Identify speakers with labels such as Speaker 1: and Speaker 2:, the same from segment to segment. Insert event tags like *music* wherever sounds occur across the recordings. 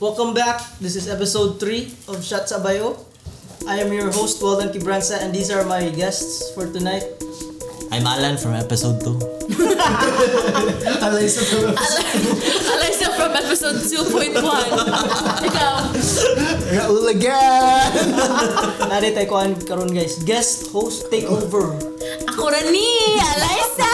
Speaker 1: Welcome back. This is episode 3 of Shots Abayo. I am your host, Walden Quibranza, and these are my guests for tonight.
Speaker 2: I'm Alan from episode 2.
Speaker 3: Alaysa pala.
Speaker 4: Alaysa from episode 2.1. Ikaw.
Speaker 3: Raul
Speaker 2: ya.
Speaker 3: again!
Speaker 1: Nari tayo kuhaan karon guys. Guest host takeover.
Speaker 4: Ako rin ni Alaysa.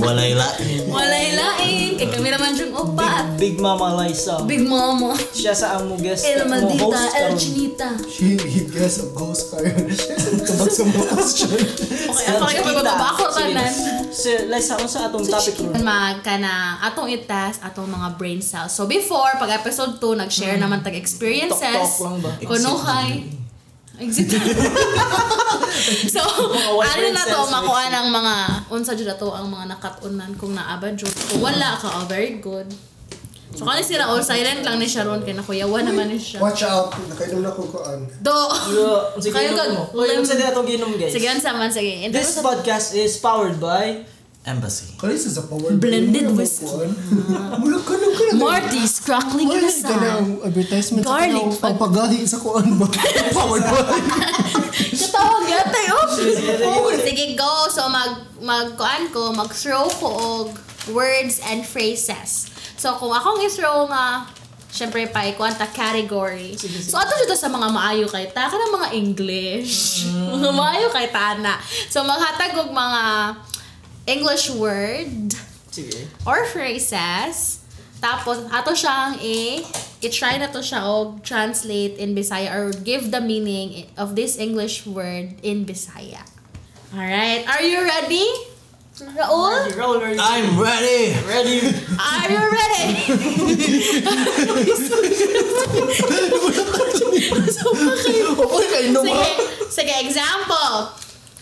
Speaker 2: Walay la.
Speaker 4: Walay lain. Kay kami naman yung opa.
Speaker 1: Big Mama Liza.
Speaker 4: Big Momo.
Speaker 1: Siya sa among guest.
Speaker 4: El
Speaker 1: mo
Speaker 4: Maldita.
Speaker 1: host um,
Speaker 4: El
Speaker 1: karon.
Speaker 4: Chinita.
Speaker 3: He, he guess a ghost car. *laughs* Tabag sa mga question.
Speaker 4: Okay, ako kayo
Speaker 1: Chiquita.
Speaker 4: magbabako
Speaker 1: Sige.
Speaker 4: kanan.
Speaker 1: Si Liza, ano sa atong topic ron?
Speaker 4: Mag ka na atong itas, atong mga brain cells. So before, pag episode 2, nag-share naman tag experiences.
Speaker 1: Hmm. Tok-tok lang ba?
Speaker 4: Kunuhay. Exit. so,
Speaker 1: what brain
Speaker 4: ano na to,
Speaker 1: cells
Speaker 4: makuha ng mga, unsa dyan na to ang mga nakatunan kung naaba dyan. Kung wala ka, oh, very good. So, kani sila all silent lang ni Sharon, kaya nakuyawa naman ni siya.
Speaker 3: Watch out. Nakainom na kung ano. kuan.
Speaker 4: Do!
Speaker 1: Yeah, sige,
Speaker 4: Kayo
Speaker 1: inom
Speaker 4: gag-
Speaker 1: mo. Kayo
Speaker 4: lem-
Speaker 1: sa di atong ginom guys.
Speaker 4: Sige, ansa man, sige. And
Speaker 1: This
Speaker 4: this
Speaker 1: podcast is powered by
Speaker 2: Embassy.
Speaker 3: Kalaysa sa power.
Speaker 4: Blended whiskey.
Speaker 3: Mula ka nung ka na.
Speaker 4: Marty's crackling in the
Speaker 3: Wala ka na
Speaker 4: sun.
Speaker 3: ang advertisement sa
Speaker 4: Garlic
Speaker 3: kanang
Speaker 4: pa-
Speaker 3: pampagahi sa kuan
Speaker 4: *laughs*
Speaker 3: ba? Power ba?
Speaker 4: Katawag yata yun.
Speaker 1: sige, sige.
Speaker 4: oh. Sige, go. So, mag, mag, kuan ko, mag-throw ko og words and phrases. So, kung akong i-throw nga, syempre pa, kuan ta category. So, ato dito sa mga maayo kay ta, ka mga English. Mga *laughs* maayo kay ta na. So, maghatag og mga English word
Speaker 1: Sige.
Speaker 4: or phrases. Tapos, ato siyang i- i-try na to siya og translate in Bisaya or give the meaning of this English word in Bisaya. Alright, are you ready? Raul?
Speaker 1: Roll, are you
Speaker 2: I'm ready!
Speaker 1: ready?
Speaker 4: Are you ready?
Speaker 3: Oy, kainom
Speaker 4: sige,
Speaker 3: ha?
Speaker 4: sige, example.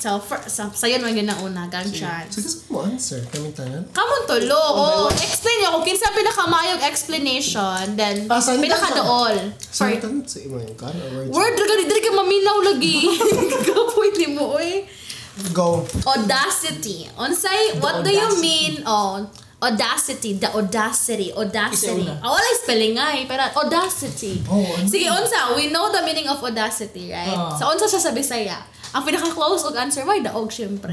Speaker 4: So, for, so sayon man yun ang una, gang chance.
Speaker 3: Sige sa mo answer. Kaming tanan.
Speaker 4: Kamon to, lo. Oh, explain nyo kung kinsa pinakamayong explanation, then
Speaker 3: Ah, saan ito siya?
Speaker 4: pinakadool.
Speaker 3: Sa
Speaker 4: For-
Speaker 3: tanan sa imo yung kan. or words?
Speaker 4: Word ka dili ka maminaw lagi. Kapoy ni mo oy.
Speaker 3: Go.
Speaker 4: Audacity. Unsay what do you mean on audacity, the audacity, audacity.
Speaker 1: Isa una.
Speaker 4: Oh, wala yung spelling nga eh, pero audacity.
Speaker 3: Oh, ano?
Speaker 4: Sige, unsa, we know the meaning of audacity, right?
Speaker 1: Ah.
Speaker 4: So, unsa siya sa Bisaya? Ang pinaka-close og answer, why daog, syempre.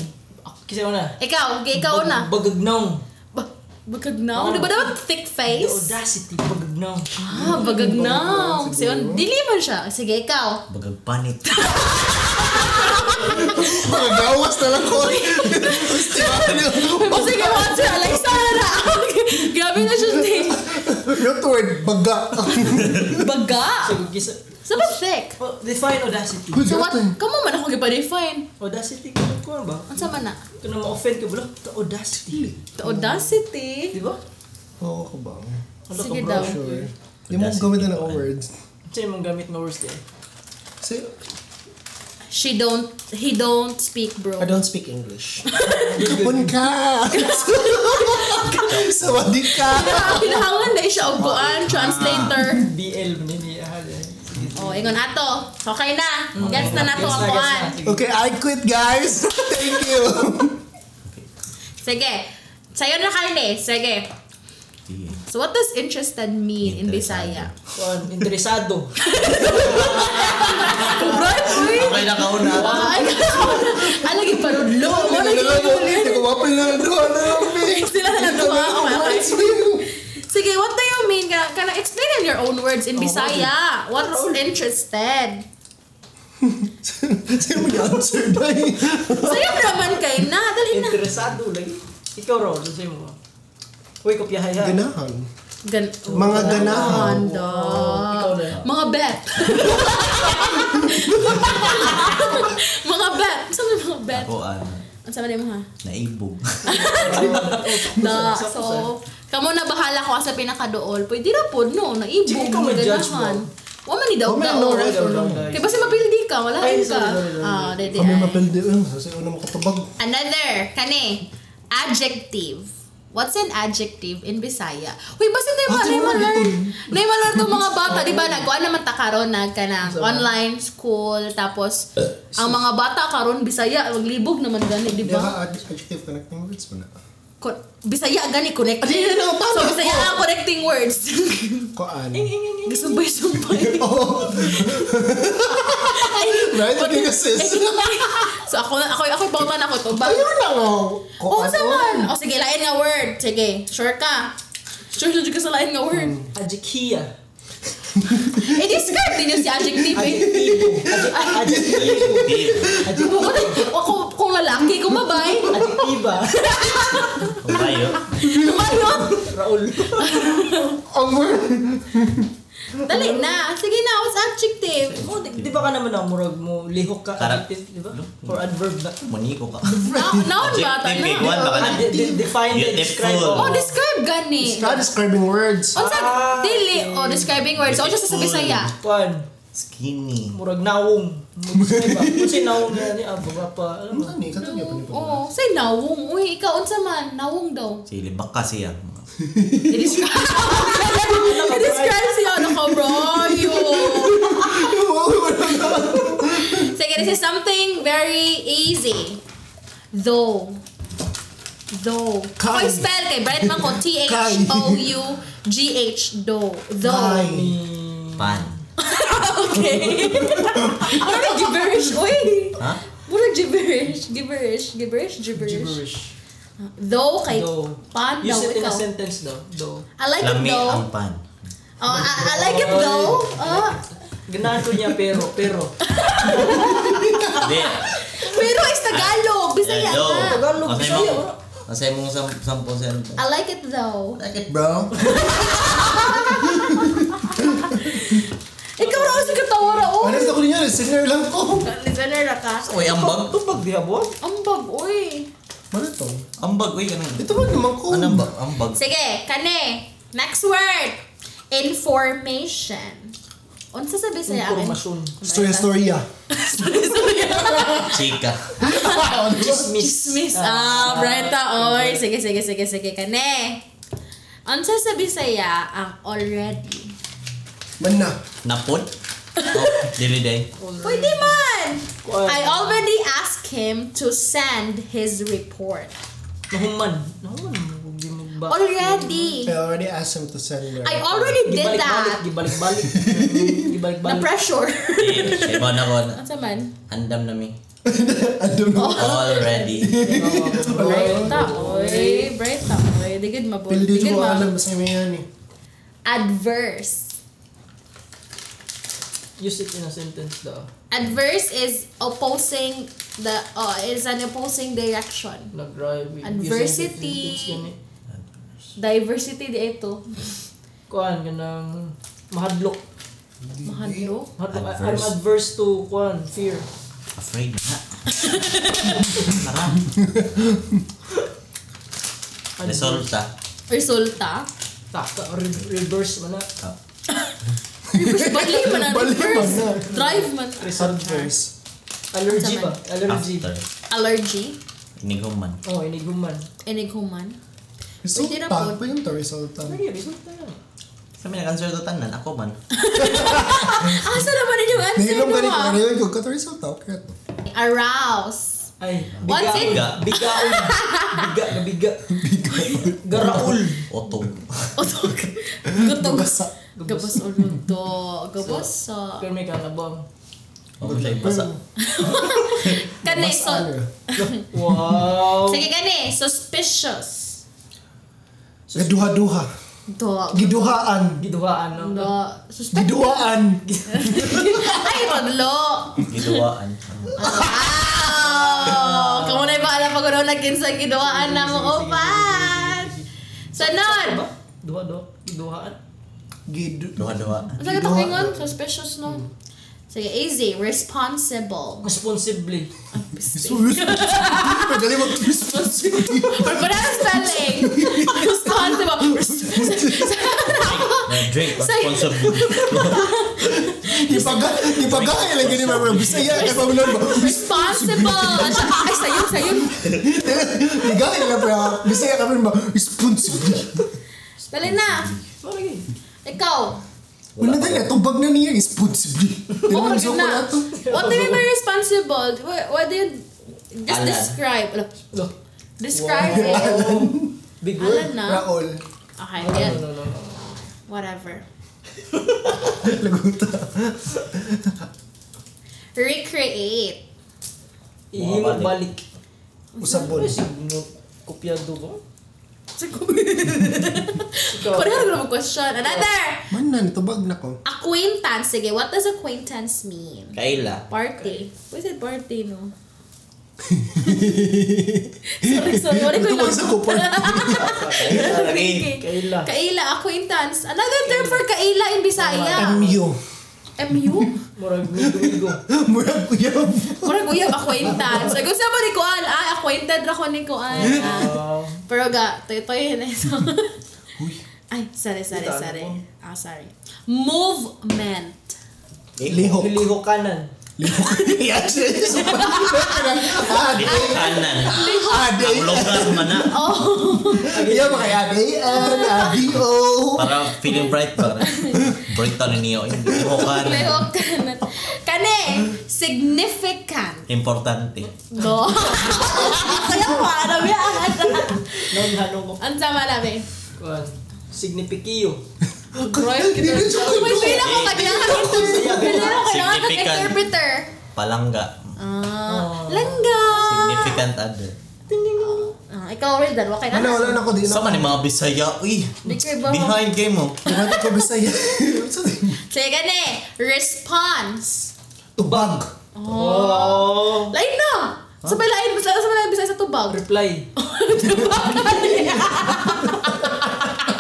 Speaker 1: Kasi una.
Speaker 4: Ikaw, okay, ikaw na.
Speaker 1: Bagagnaw.
Speaker 4: Ba- Bagagnaw? Di ba dapat thick
Speaker 1: Ah. The
Speaker 4: face?
Speaker 1: audacity, bagagnaw.
Speaker 4: Ah, bagagnaw.
Speaker 3: Bagagnaw,
Speaker 4: Sige,
Speaker 3: siguro.
Speaker 4: dili man siya. Sige, ikaw.
Speaker 2: Bagag panit.
Speaker 3: Mga gawas na lang ko. Stibahan niyo.
Speaker 4: Oh, sige, what's your Alexandra? *laughs* Grabe na siya din.
Speaker 3: *laughs* Not word. Baga.
Speaker 4: Baga.
Speaker 1: Sige, gisa.
Speaker 4: Sa ba thick?
Speaker 1: Oh, define audacity.
Speaker 4: So
Speaker 3: *laughs*
Speaker 4: what? Kamu man ako gipa-define.
Speaker 1: Audacity, kung ko ba?
Speaker 4: Ang sama na.
Speaker 1: Kung na ma-offend ka ba? The audacity.
Speaker 4: The audacity.
Speaker 1: Di ba?
Speaker 3: Oo ka ba?
Speaker 1: Wala
Speaker 4: Sige
Speaker 1: ka, bro.
Speaker 4: daw.
Speaker 3: Sure. Di mo gawin na ng words.
Speaker 1: Siya yung gamit na words din.
Speaker 3: Say,
Speaker 4: She don't, he don't speak bro.
Speaker 3: I don't speak *laughs* English. Kapon *laughs* ka! Sawadi ka!
Speaker 4: Pinahangan na siya og
Speaker 3: Ah,
Speaker 4: buwan, translator.
Speaker 1: BL mo yun, iahal eh. Sige.
Speaker 4: Oh, ingon ato. Okay na.
Speaker 3: Hmm,
Speaker 4: Gets na nato
Speaker 1: Gets
Speaker 4: ang
Speaker 1: na, gets
Speaker 4: buwan.
Speaker 1: na. Sige.
Speaker 3: Okay, I quit guys! Thank you!
Speaker 4: Sige. Sayo na kayo eh. Sige.
Speaker 2: Sige.
Speaker 4: So what does interested mean in Bisaya?
Speaker 1: Kuhaan, interesado.
Speaker 4: Right, boy? *laughs*
Speaker 2: Okay na kauna.
Speaker 4: Ay, alagi pa rin. Lo, alagi pa rin.
Speaker 3: Nagwapal na lang doon na lang
Speaker 4: Sila oh na nagawa. Okay, okay. Sige, what do you mean? Ka, ka explain in your own words in
Speaker 3: Oh,
Speaker 4: Bisaya. What's interested?
Speaker 3: Sino mo i-answer na eh?
Speaker 4: Sayo naman kayo na. Dali na.
Speaker 1: Interesado lagi. Ikaw, Raul, ano sa'yo mo? Uy, kopyahay ha.
Speaker 3: Ganahan.
Speaker 4: Gan
Speaker 3: Mga ganahan.
Speaker 4: Ganda.
Speaker 1: Ikaw na.
Speaker 4: Mga bet. mga bet. Saan yung mga bet?
Speaker 2: Ako ah,
Speaker 4: Ang sabi mo ha?
Speaker 2: naibog.
Speaker 1: Oh,
Speaker 4: Da. So, kamo na bahala ko sa pinakadool. Pwede na po, no? Naibog.
Speaker 1: Sige, ikaw may
Speaker 4: mga
Speaker 1: judge
Speaker 4: ganahan.
Speaker 1: mo.
Speaker 4: Wala ni daw
Speaker 3: Wala,
Speaker 4: daw.
Speaker 3: no, right?
Speaker 1: Wala, wala, wala.
Speaker 4: Kaya basta mapildi ka, wala
Speaker 1: Ay,
Speaker 4: ka.
Speaker 1: sorry, sorry, sorry.
Speaker 4: Ah, dede,
Speaker 3: Kami
Speaker 4: ay.
Speaker 3: mapildi yun. Kasi una makatabag.
Speaker 4: Another, kani, adjective. What's an adjective in Bisaya? Uy, basta na yung
Speaker 3: Ate,
Speaker 4: mga
Speaker 3: wala
Speaker 4: learn.
Speaker 3: dito.
Speaker 4: Na yung learn itong mga bata,
Speaker 3: *laughs*
Speaker 4: di ba? Nagawa naman ta karon na ka na online school, tapos
Speaker 3: Eh,
Speaker 4: ang mga bata karon Bisaya, maglibog naman gani, di
Speaker 3: Di
Speaker 4: ba?
Speaker 3: ba ad- adjective connecting words mo na?
Speaker 4: ko- Bisaya gani connect.
Speaker 1: Ano
Speaker 3: *laughs*
Speaker 1: yun ang tama
Speaker 4: So Bisaya
Speaker 1: ko?
Speaker 4: ang connecting words. *laughs*
Speaker 3: Koan. *laughs*
Speaker 4: Gasumbay-sumbay. *laughs*
Speaker 3: Oh, right? Ano yung sis?
Speaker 4: *laughs* so ako na ako ako bangman ako to. Bang.
Speaker 3: Ayun lang oh.
Speaker 4: Oo
Speaker 3: Koan.
Speaker 4: man. O sige, lain nga word. Sige, sure ka. Sure jud ka sa lain nga word.
Speaker 1: Hmm. Ajikia.
Speaker 4: Eh describe din yun si adjective. eh.
Speaker 1: ah, Adjektibo.
Speaker 4: Kung- kung- kung, kung lalaki, kung babay,
Speaker 1: *laughs* Adjektiba.
Speaker 2: Kayo.
Speaker 4: lumayot.
Speaker 1: Raul.
Speaker 3: Ang word.
Speaker 4: Dali na. Sige na, what's adjective? Oh,
Speaker 1: Mo, di, di ba ka naman ang murag mo? Lihok ka.
Speaker 2: Tara.
Speaker 1: Adjective, di ba? For adverb na.
Speaker 2: Maniko ka.
Speaker 4: Noun, noun ba?
Speaker 2: Adjective, big
Speaker 4: Ano?
Speaker 2: one, baka na.
Speaker 1: Ah, de- de- define and
Speaker 2: Beautiful.
Speaker 1: describe.
Speaker 4: Oh,
Speaker 1: Oh,
Speaker 4: describe gani.
Speaker 3: Try describing words.
Speaker 4: Unsa
Speaker 1: Ah, okay.
Speaker 4: dili oh describing words. Oh, just sa Bisaya.
Speaker 1: Kwan.
Speaker 2: Skinny.
Speaker 1: Murag naong. Murag ba? Kung si naong na ni Abo ka pa. Alam
Speaker 3: Ano
Speaker 1: mo?
Speaker 3: ka ni? Katanya pa ni
Speaker 4: Oh, say nawong. Uy, ikaw unsa man? Nawong
Speaker 2: *laughs*
Speaker 4: daw.
Speaker 2: Sili, baka siya.
Speaker 4: I-describe. *laughs* I-describe siya ano ko, bro. You. Sige, this is something very easy. Though. Though.
Speaker 3: Kai.
Speaker 4: Kung spell kay Bright man ko T-H-O-U-G-H. Though. Though.
Speaker 2: Pan.
Speaker 4: Okay. What a gibberish. *laughs* Uy.
Speaker 2: Ha?
Speaker 4: What a gibberish. Gibberish. Gibberish. Gibberish.
Speaker 1: Gibberish.
Speaker 4: Though kay
Speaker 1: Though.
Speaker 4: pan daw
Speaker 1: Use it in a
Speaker 4: ikaw.
Speaker 1: sentence daw. Though.
Speaker 4: I like it
Speaker 2: Lami
Speaker 4: though.
Speaker 2: ang pan.
Speaker 4: Oh, I, I like it though. Oh.
Speaker 1: Ganahan ko niya pero, pero.
Speaker 2: Hindi.
Speaker 4: Pero it's Tagalog. Bisaya
Speaker 2: Hello.
Speaker 4: na.
Speaker 1: Tagalog,
Speaker 2: Masay
Speaker 1: Bisaya, wala.
Speaker 2: mo. Masay mo sa 10%.
Speaker 4: I like it though.
Speaker 3: Bro.
Speaker 4: Ikaw raw si katawa raw.
Speaker 3: Honest ako niya, singer lang ko.
Speaker 4: Listener na ka.
Speaker 2: Uy, ambag.
Speaker 1: Tupag Ano di Abo.
Speaker 4: Ambag, uy.
Speaker 3: Ano to?
Speaker 2: Ambag, uy. Anong?
Speaker 3: Ito ba naman ko?
Speaker 2: Anong Ano ba? Ambag.
Speaker 4: Sige, kane. Next word. Information. Unsa sa Bisaya?
Speaker 1: Informasyon.
Speaker 3: Storya, storya.
Speaker 4: *laughs*
Speaker 2: Chika.
Speaker 1: Chismis.
Speaker 4: Miss ah, Brenta, oy. Sige, sige, sige, sige, kane. Unsa sa Bisaya ang already?
Speaker 3: Man na.
Speaker 2: Napod. Oh, dili day.
Speaker 4: Pwede man!
Speaker 1: Kuwan.
Speaker 4: I already asked him to send his report.
Speaker 1: Nahuman. Nahuman. Huwag di magba-
Speaker 4: Already!
Speaker 3: I already asked him to send me.
Speaker 4: I
Speaker 3: *laughs*
Speaker 4: already Oh, did
Speaker 1: Gibalik-balik.
Speaker 4: that. *laughs*
Speaker 1: Gibalik-balik.
Speaker 4: Na
Speaker 1: Gibalik-balik.
Speaker 4: pressure. *laughs*
Speaker 2: Eh, iba na ko na.
Speaker 4: Unsa man?
Speaker 2: Handam na mi.
Speaker 3: I don't know.
Speaker 2: Already.
Speaker 4: Brenta, oy. Brenta, oy. Di good mabot. Di
Speaker 3: Pero di
Speaker 4: good
Speaker 3: ko
Speaker 4: ma-
Speaker 3: alam sa may yan eh.
Speaker 4: Adverse.
Speaker 1: Use it in a sentence daw.
Speaker 4: Adverse is opposing the uh, is an opposing direction.
Speaker 1: Nag-drive. using it in
Speaker 4: Adversity.
Speaker 1: sentence yan eh.
Speaker 4: Diversity di ito.
Speaker 1: Kuan, ganang mahadlok.
Speaker 4: Mahalo.
Speaker 1: mahadlok. I- I'm
Speaker 2: Adverse.
Speaker 1: adverse to kuan, fear.
Speaker 2: Afraid na. Tara. Resulta.
Speaker 4: Resulta.
Speaker 1: Taka, re- reverse man na.
Speaker 2: Oh.
Speaker 3: *laughs*
Speaker 4: Bali man ang
Speaker 3: Bali man
Speaker 4: reverse.
Speaker 3: na.
Speaker 4: Drive man.
Speaker 3: Adverse.
Speaker 1: Allergy ba? Allergy.
Speaker 2: After.
Speaker 4: Allergy.
Speaker 2: Iniguman.
Speaker 1: Oh, iniguman.
Speaker 4: Enighuman. Pwede na
Speaker 3: Resulta.
Speaker 4: po.
Speaker 3: Pa yung to, resulta.
Speaker 1: Ay, resulta yan.
Speaker 2: Sa may nag-answer to tanan, ako man.
Speaker 4: Asa naman yung answer
Speaker 3: Nahilom ganito.
Speaker 4: mo?
Speaker 3: Ano yun? Kung ka to, resulta. Okay
Speaker 4: Kan
Speaker 3: na to.
Speaker 4: Arouse.
Speaker 1: Ay,
Speaker 4: What's
Speaker 1: biga.
Speaker 4: in-
Speaker 2: Biga.
Speaker 1: Bigaon. Biga, gabiga. Garaul.
Speaker 2: Otog.
Speaker 4: Otog. Gutog.
Speaker 3: Basa.
Speaker 4: Gabos o luto. Gabos sa...
Speaker 1: Pero may kanabang.
Speaker 2: Huwag siya ibasa.
Speaker 4: Kani,
Speaker 3: Mas ano
Speaker 4: so...
Speaker 3: yun?
Speaker 1: Wow.
Speaker 4: Sige kani, suspicious.
Speaker 3: Gaduha-duha.
Speaker 4: Do.
Speaker 3: Ya,
Speaker 4: Kan
Speaker 3: Giduhaan.
Speaker 1: Giduhaan, no?
Speaker 4: Do. Suspicious.
Speaker 3: Giduhaan.
Speaker 4: Ay, taglo.
Speaker 2: Giduwaan.
Speaker 4: Wow! Kamu na ba alam pag ano nagkin sa giduaan na mo, oh, opat! Sunod!
Speaker 1: Duha, duha. Giduhaan.
Speaker 3: Gidu...
Speaker 2: Duha-duhaan.
Speaker 4: Ang sagot ako ingon, suspicious no. Sige, easy. Responsible.
Speaker 1: Responsibly.
Speaker 3: Madali mag-responsibility.
Speaker 4: Pero para spelling. *laughs* Responsible.
Speaker 2: Drink
Speaker 4: Say-
Speaker 2: responsibly.
Speaker 3: Ipaga, ipaga, ilang ganyan mga bisaya, kaya pa mo
Speaker 4: Responsible. Ay, sayon, sayon.
Speaker 3: Iga, ilang pa, bisaya ka rin ba, responsibility.
Speaker 4: Dali na.
Speaker 1: Sorry.
Speaker 4: Ikaw.
Speaker 3: Wala na yan, tubag na niya, responsibility.
Speaker 4: Oh,
Speaker 3: Tinanong
Speaker 4: yun
Speaker 3: sa ko na
Speaker 4: na.
Speaker 3: to.
Speaker 4: What do you mean by responsible? What, what do you... Just
Speaker 2: Alan.
Speaker 4: describe.
Speaker 1: Duh.
Speaker 4: Describe it.
Speaker 3: Alan.
Speaker 1: Big
Speaker 4: Alam
Speaker 1: word.
Speaker 4: na.
Speaker 3: Raol.
Speaker 4: Okay,
Speaker 1: No,
Speaker 4: yeah.
Speaker 1: no, no, no, no.
Speaker 4: Whatever.
Speaker 3: Laguta.
Speaker 4: Recreate.
Speaker 1: Ihimo
Speaker 2: Mabalik.
Speaker 1: balik.
Speaker 3: Usabon.
Speaker 1: Ay, signo. Kopyado ba?
Speaker 4: *laughs*
Speaker 1: Ikaw.
Speaker 4: Kung ano naman question. Another!
Speaker 3: Man na, natubag na ko.
Speaker 4: Acquaintance. Sige, what does acquaintance mean?
Speaker 2: Kaila.
Speaker 4: Party. What is it party, no? sorry, sorry. What ko
Speaker 3: Natubag sa
Speaker 4: lang?
Speaker 3: kupon.
Speaker 2: Kaila
Speaker 4: *laughs*
Speaker 2: lagi.
Speaker 1: Kaila.
Speaker 4: Kaila, acquaintance. Another term for kaila in Bisaya.
Speaker 3: Emyo.
Speaker 4: MU?
Speaker 1: Murag
Speaker 4: *laughs*
Speaker 1: migo-migo.
Speaker 3: Murag uyab.
Speaker 4: Murag uyab acquaintance. Ay, gusto mo ni Kuan. Ah, acquainted ra ko ni Kuan.
Speaker 1: Ah,
Speaker 4: Ah. Pero ga, toy-toy *laughs* na ito.
Speaker 3: Uy.
Speaker 4: Ay, sorry, sorry,
Speaker 1: Ito, ano
Speaker 4: sorry.
Speaker 1: po?
Speaker 4: Ah, sorry. Movement.
Speaker 3: Lihok.
Speaker 1: Liho kanan.
Speaker 3: Ade.
Speaker 2: Dito Eh, kanan.
Speaker 3: Ade.
Speaker 2: Ulog ka mana.
Speaker 3: Iya mga Ade. An. Adio.
Speaker 2: Para feeling bright pa. Bright talo niyo. Hindi mo kanan.
Speaker 4: Lehok kanan. Kani, significant.
Speaker 2: Importante.
Speaker 4: Do. Kaya ko, alam yan.
Speaker 1: Non hanong ko.
Speaker 4: Ang sama namin.
Speaker 1: Kuan. Signipikiyo.
Speaker 4: Groy, kita.
Speaker 3: Dili siya
Speaker 4: May pila ko kailangan interpreter. Pila ko kailangan ng
Speaker 2: Significant.
Speaker 4: interpreter.
Speaker 2: Palangga.
Speaker 4: Ah, langga.
Speaker 2: Significant other.
Speaker 4: Ah, ikaw, Rizal, wakay na.
Speaker 3: Ano, wala na ko din.
Speaker 2: Sama ni mga Bisaya. Uy.
Speaker 4: Di kayo ba-
Speaker 2: Behind game mo.
Speaker 3: Wala ko *laughs* bisaya.
Speaker 4: Sige, gani. kan, eh, Response.
Speaker 3: Tubag.
Speaker 1: Oh.
Speaker 4: Lain na! Sabay lain, basta sabay lain, basta sa *laughs* tubag.
Speaker 1: Reply.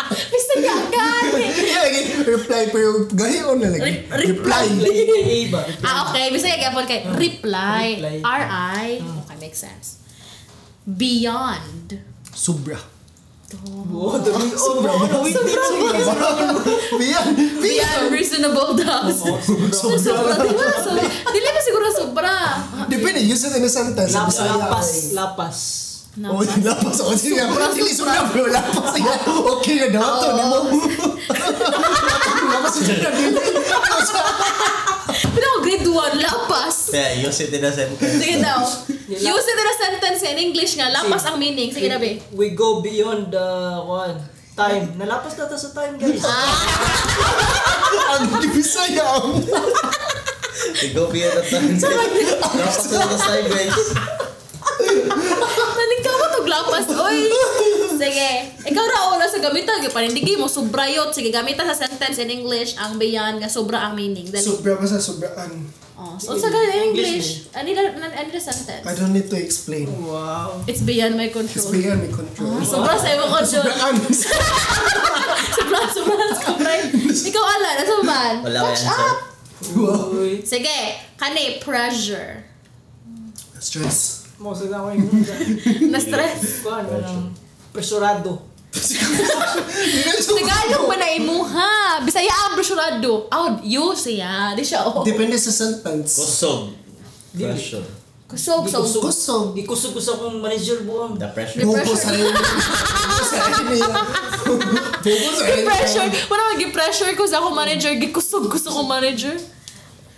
Speaker 4: Basta ka agad.
Speaker 3: Iya lagi. Reply pero gayon na lagi.
Speaker 4: Re- reply.
Speaker 1: Reply ba? Reply.
Speaker 4: Ah, okay. Basta ka gapon kay reply.
Speaker 1: Reply.
Speaker 4: R-I. Okay, makes sense. Beyond.
Speaker 3: Sobra.
Speaker 1: Oh, the Sobra. Oh, wait.
Speaker 3: Biyan. Biyan.
Speaker 4: Beyond reasonable doubts.
Speaker 3: Sobra.
Speaker 4: Sobra. Diba? Sobra. Dili ba siguro sobra?
Speaker 3: Depende. Use it in a sentence.
Speaker 1: Lapas.
Speaker 3: Bisaya.
Speaker 1: Lapas. Lapas.
Speaker 3: Oh, *laughs* di lapas ako siya. Dili sobra bro. Lapas siya. Okay na daw to. Di mo. *laughs* Lapas siya.
Speaker 4: Pero ako grade 1, lapas.
Speaker 2: Kaya use it in a sentence.
Speaker 4: Sige daw. Use it in a sentence in English nga. Lapas ang meaning. Sige na, be.
Speaker 1: We go beyond the one. Time. Nalapas na to sa time, guys.
Speaker 3: Ang bisaya. ang-
Speaker 2: We go beyond the time. Lapas na sa time guys.
Speaker 4: Nalingkaw mo to glapas, oy! Sige. Ikaw ra ola sa gamitan. Yung panindigi mo, sobra yun. Sige, gamitan sa sentence in English ang beyond nga sobra ang meaning. Dali.
Speaker 3: Sobra ba sa sobraan?
Speaker 4: oh, so, sa ganyan English, Ah, anila, nan- anila sentence.
Speaker 3: I don't need to explain.
Speaker 1: Wow.
Speaker 4: It's beyond my
Speaker 3: It's
Speaker 4: control.
Speaker 3: beyond my control.
Speaker 4: Sobra sa iyo ko, John.
Speaker 3: Sobraan.
Speaker 4: Sobra, sobra, sobra. Ikaw ala, nasa man.
Speaker 2: Wala
Speaker 4: Catch
Speaker 2: kayang
Speaker 4: up!
Speaker 3: Wow.
Speaker 1: Uy.
Speaker 4: Sige, kani, pressure.
Speaker 3: Stress.
Speaker 1: Mosag na ako yung *laughs*
Speaker 4: Na-stress.
Speaker 1: Kuan, walang presurado.
Speaker 4: Tagalog ba na imuha? Bisaya ang brusurado. Out, you siya. Di siya, oh.
Speaker 3: Depende sa sentence.
Speaker 2: Kusog.
Speaker 1: Dili.
Speaker 2: Pressure.
Speaker 4: Kusog, so.
Speaker 1: Kusog.
Speaker 3: Kusog.
Speaker 1: Gikusog ko sa akong manager buong.
Speaker 2: The pressure.
Speaker 3: Bobo sa rin. Bobo sa rin. Bobo sa rin.
Speaker 4: Pressure. Wala mag pressure ko sa akong manager. Gikusog gusto ko manager.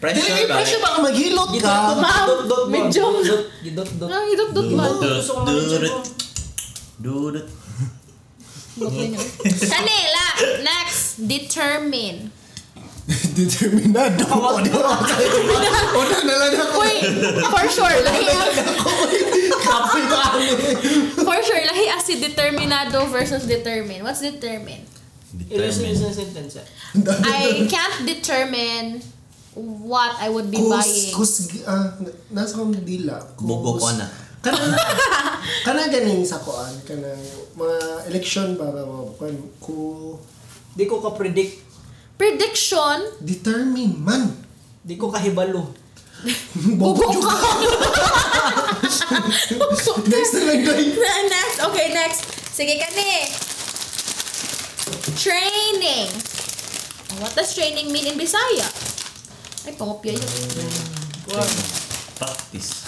Speaker 3: Dili,
Speaker 2: Pressure
Speaker 3: may
Speaker 2: ba?
Speaker 3: pressure baka maghilot ka.
Speaker 4: Ma'am,
Speaker 1: Gidot-dot ba?
Speaker 4: medyo.
Speaker 1: Gidot-dot. Gidot-dot.
Speaker 4: Ang idot-dot man.
Speaker 2: Dudut,
Speaker 1: Gusto ko manager
Speaker 2: dudut.
Speaker 1: buong.
Speaker 2: Dudut.
Speaker 4: Kanila. Next. Determine.
Speaker 3: Determinado. Ano O, di ba? O, nagnalan ako.
Speaker 4: Uy, for sure. Lahi ang,
Speaker 3: Kapit ba ako?
Speaker 4: for sure. Lahi as si determinado versus determine. What's determine?
Speaker 1: Illusion
Speaker 2: Determined.
Speaker 1: is a sentence. ah.
Speaker 4: I can't determine what I would be
Speaker 3: Kus,
Speaker 4: buying.
Speaker 3: kus, ah, nasa kong dila. Kus.
Speaker 2: Bugo ko na.
Speaker 3: Kanang, kanang ganing sa koan, kanang mga election ba, ba, ba, kuan, ku,
Speaker 1: Di ko ka-predict.
Speaker 4: Prediction.
Speaker 3: *laughs* determine man. *laughs*
Speaker 1: Di ko kahibalo.
Speaker 3: Bobo
Speaker 4: Bugo
Speaker 3: ka.
Speaker 4: *laughs* ka.
Speaker 3: Next na lang
Speaker 4: gitu.
Speaker 3: dahil.
Speaker 4: Ah, next. Okay, next. Sige kani. Training. What does training mean in Bisaya? Ay, pangopya yun.
Speaker 1: Kuan.
Speaker 2: Practice.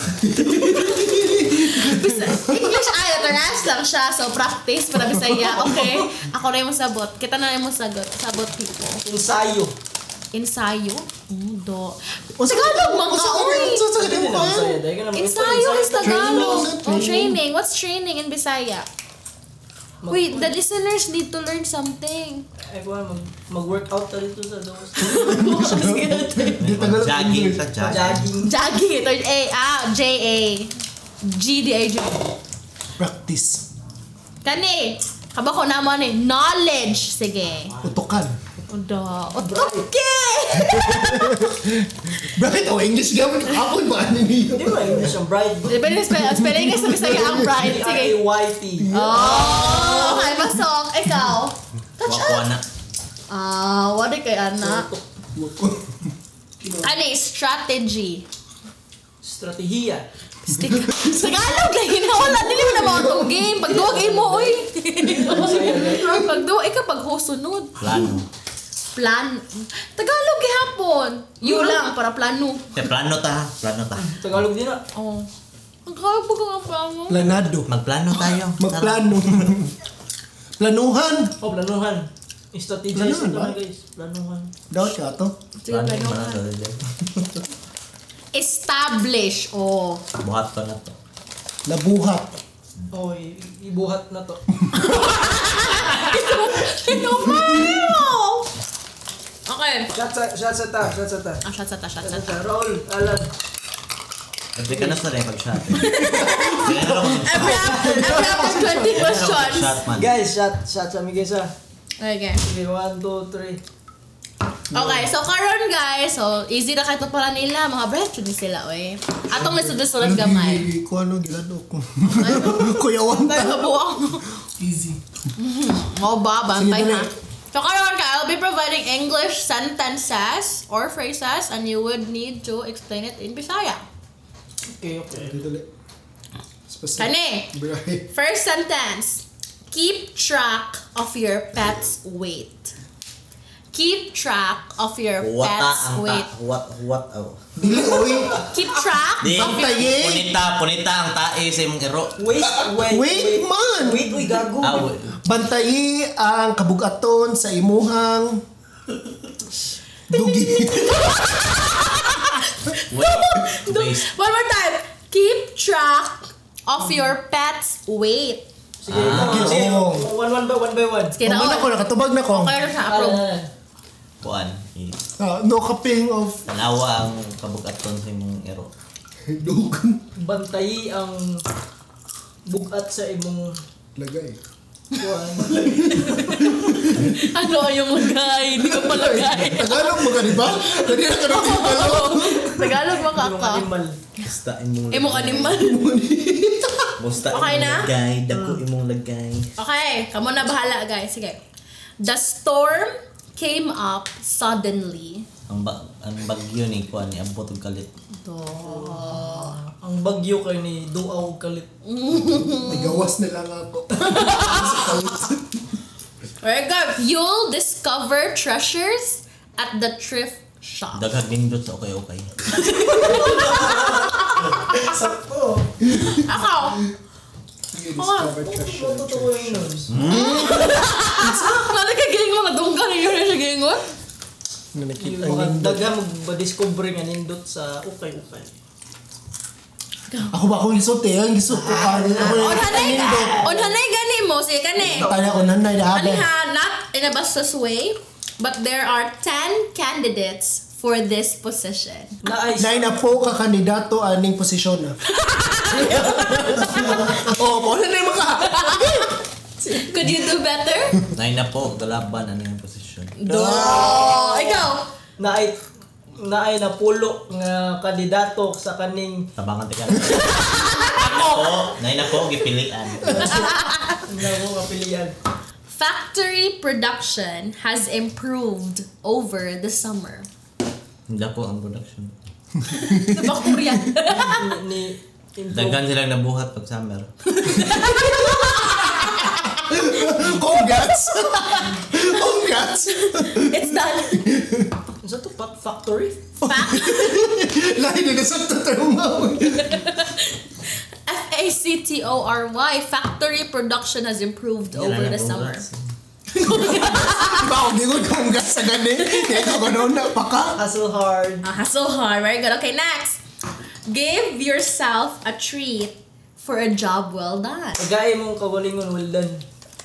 Speaker 4: Bisa- English ay, naturas lang siya. So, practice para Bisaya. Okay. Ako na yung sabot. Kita na yung sagot. Sabot people.
Speaker 1: Ensayo.
Speaker 4: Ensayo. Mm, do. Tagalog, mga oy.
Speaker 3: Sa sa
Speaker 1: Hindi
Speaker 3: ganyan
Speaker 1: na
Speaker 3: koan.
Speaker 1: ensayo. Dahil ka naman.
Speaker 4: Ensayo is
Speaker 1: Ensayo.
Speaker 4: Tagalog.
Speaker 3: Training.
Speaker 4: Oh, training. What's training in Bisaya?
Speaker 1: Mag-
Speaker 4: Wait, the listeners need to learn something.
Speaker 1: Ay, kuha, mag- mag-workout tayo dito sa dawas.
Speaker 3: Di Tagalog
Speaker 2: Jogging
Speaker 3: English.
Speaker 2: sa jogging.
Speaker 1: Jogging.
Speaker 4: Jogging *laughs* ito. A, ah, J-A. G-D-A-G.
Speaker 3: Practice.
Speaker 4: Kani, kabako na mo ni knowledge. Sige.
Speaker 3: Utukan.
Speaker 4: Uda. Otoke!
Speaker 3: Bakit? Oh, English gamit. Ako ba? Ano niyo?
Speaker 1: Di ba English ang bride?
Speaker 4: Diba yung spell, spelling ka sa Bisaya ang pride. Sige.
Speaker 1: B-R-A-Y-T.
Speaker 4: Oh, kay Pasok. Ikaw. Catch up.
Speaker 2: Wakuana.
Speaker 4: Ah, wala kay Ana. Ano yung strategy?
Speaker 1: Strategiya.
Speaker 4: Stick. Sa Tagalog lang, hinawala. Dili mo na mga itong game. Pagduwag mo, *laughs* oy. Pagduwag ka, paghosunod.
Speaker 2: Plano.
Speaker 4: Plan. Tagalog gihapon. You lang, para plano.
Speaker 2: Eh, plano ta. Plano ta.
Speaker 1: Tagalog din ah. na.
Speaker 4: Oh. Ang kaya po kang plano.
Speaker 3: Planado.
Speaker 2: Magplano tayo.
Speaker 3: Magplano. Planuhan.
Speaker 1: Oh, planuhan. Strategy
Speaker 3: Planuhan
Speaker 1: ito
Speaker 3: ba?
Speaker 1: na guys. Planuhan.
Speaker 3: Daw siya to.
Speaker 4: Sige,
Speaker 2: Plano,
Speaker 4: plano
Speaker 2: plano
Speaker 4: ka.
Speaker 2: tayo.
Speaker 4: Establish. *laughs* Oh.
Speaker 2: Buhat pa na to.
Speaker 3: Labuhat.
Speaker 1: Oh, i- ibuhat na to.
Speaker 4: Kinumayo! Ano, Okay.
Speaker 1: Shots sa, shots sa ta, shots sa ta.
Speaker 4: Ang Ah, shots ata, shots
Speaker 1: Shots sa
Speaker 4: ata.
Speaker 1: ta. Roll, Alan.
Speaker 2: Hindi ka na sa record shot. eh. Hindi ka na lang mag-
Speaker 4: Every after, every after
Speaker 2: Hindi
Speaker 4: 20
Speaker 2: ka na lang mag-shot,
Speaker 4: questions.
Speaker 2: man.
Speaker 1: Guys, shot, shots kami guys ah.
Speaker 4: Okay.
Speaker 1: Okay, one, two, three.
Speaker 4: Okay, so karon guys, so easy na kayo pala nila, mga breath ni sila, oy. Atong may sunod-sunod gamay.
Speaker 3: Ano ko ano *laughs* gilado ko. Kuya Wanta.
Speaker 4: Tayo buong.
Speaker 3: Easy.
Speaker 4: Mo ba, bantay
Speaker 3: Sige,
Speaker 4: na.
Speaker 3: dali.
Speaker 4: So karon ka, I'll be providing English sentences or phrases and you would need to explain it in Bisaya.
Speaker 1: Okay, okay.
Speaker 3: Dali. Specific.
Speaker 4: Kani,
Speaker 3: Brahe.
Speaker 4: First sentence. Keep track of your pet's weight. Keep track of your
Speaker 2: Huwata
Speaker 4: pet's
Speaker 2: ang ta.
Speaker 4: weight.
Speaker 2: Huwat, huwat. oh.
Speaker 3: Dili, oy.
Speaker 4: Keep track
Speaker 2: Di,
Speaker 4: of your
Speaker 3: taye.
Speaker 2: punita, punita ang tae sa imong iro.
Speaker 1: Wait, wait,
Speaker 3: Wait, man.
Speaker 1: Wait, uy, gago.
Speaker 2: Ah, wait.
Speaker 3: Bantayi ang kabugaton sa imuhang *laughs* dugi.
Speaker 2: Wait.
Speaker 4: One more time. Keep track of your pet's weight.
Speaker 1: Sige, ah, sige.
Speaker 3: oo.
Speaker 1: One, one by one by one. Ah,
Speaker 4: Sige na.
Speaker 3: Ang na ko, nakatubag na ko.
Speaker 4: Kaya siya approve.
Speaker 1: Alan.
Speaker 2: Kuan. eh,
Speaker 3: Ah, no kaping of
Speaker 2: Tanawa ang kabugaton sa imong iro.
Speaker 3: dugan.
Speaker 1: Bantayi ang bugat sa imong
Speaker 3: Lagay.
Speaker 1: kuwan.
Speaker 4: *laughs* Ano yung mga Hindi ko pala guy.
Speaker 3: Tagalog mo ka, di ba? Hindi *laughs* na ka na Tagalog.
Speaker 4: Tagalog mo ka
Speaker 1: Imong
Speaker 4: ka.
Speaker 1: animal.
Speaker 2: Musta imong
Speaker 4: Imong animal.
Speaker 2: Musta
Speaker 4: Okay
Speaker 2: imong
Speaker 4: na?
Speaker 2: lagay. Dako imong lagay.
Speaker 4: Okay, kamo na bahala guys. Sige. The storm came up suddenly.
Speaker 2: Ang, ba- ang bagyo ni Kuan ni Abot og Kalit.
Speaker 4: Do.
Speaker 1: Ang bagyo kay ni Duaw Kalit.
Speaker 3: Nagawas na lang *laughs* ako.
Speaker 4: Very good. You'll discover treasures at the thrift shop.
Speaker 2: Daghag nindot sa okay okay.
Speaker 1: Sakto.
Speaker 4: Ako,
Speaker 3: You discovered treasure.
Speaker 1: Totoo yun.
Speaker 4: nalagagay mo na doon ka ninyo na siya gingon.
Speaker 3: Na Ano nakita
Speaker 1: Mga
Speaker 3: niya.
Speaker 1: daghang ba-discover nga nindot sa ukay-ukay.
Speaker 3: Ako ba akong gisot eh? Ang gisot ko. Ah, ako na
Speaker 4: Onhanay
Speaker 3: nakita
Speaker 4: ka.
Speaker 3: nindo.
Speaker 4: Onhanay gani mo. Sige ka ni.
Speaker 3: Tala ko nanay na
Speaker 4: Ani
Speaker 3: habang.
Speaker 4: ha, not in a bastos way, but there are 10 candidates for this position.
Speaker 1: Naay
Speaker 3: Nay na po ka kandidato aning posisyon ah. na.
Speaker 1: *laughs*
Speaker 3: Oo, mo na mo ka.
Speaker 4: Could you do
Speaker 2: *laughs*
Speaker 4: better?
Speaker 2: Nay na po galaban ano yung posisyon.
Speaker 4: Do. Oh, Ikaw.
Speaker 1: naay naay na pulo nga kandidato sa kaning
Speaker 2: Tabangan tika. Ako, nay na po gipilian.
Speaker 1: nga kapilian.
Speaker 4: Factory production has improved over the summer.
Speaker 2: Dako ang production.
Speaker 4: Diba Korean?
Speaker 1: Ni improve.
Speaker 2: Daghan silang nabuhat pag summer.
Speaker 3: Congrats! Congrats!
Speaker 4: *laughs* It's done.
Speaker 1: Sa to pa- factory?
Speaker 3: Lahi na sa tatrauma.
Speaker 4: F A C T O R Y. Factory production has improved over the summer.
Speaker 3: Diba ako di ko congrats sa gani? Kaya ko ganoon na pa ka.
Speaker 1: Hustle hard.
Speaker 4: Ah, so hard. Very good. Okay, next. Give yourself a treat for a job well done.
Speaker 1: Pagay mong kawalingon well done.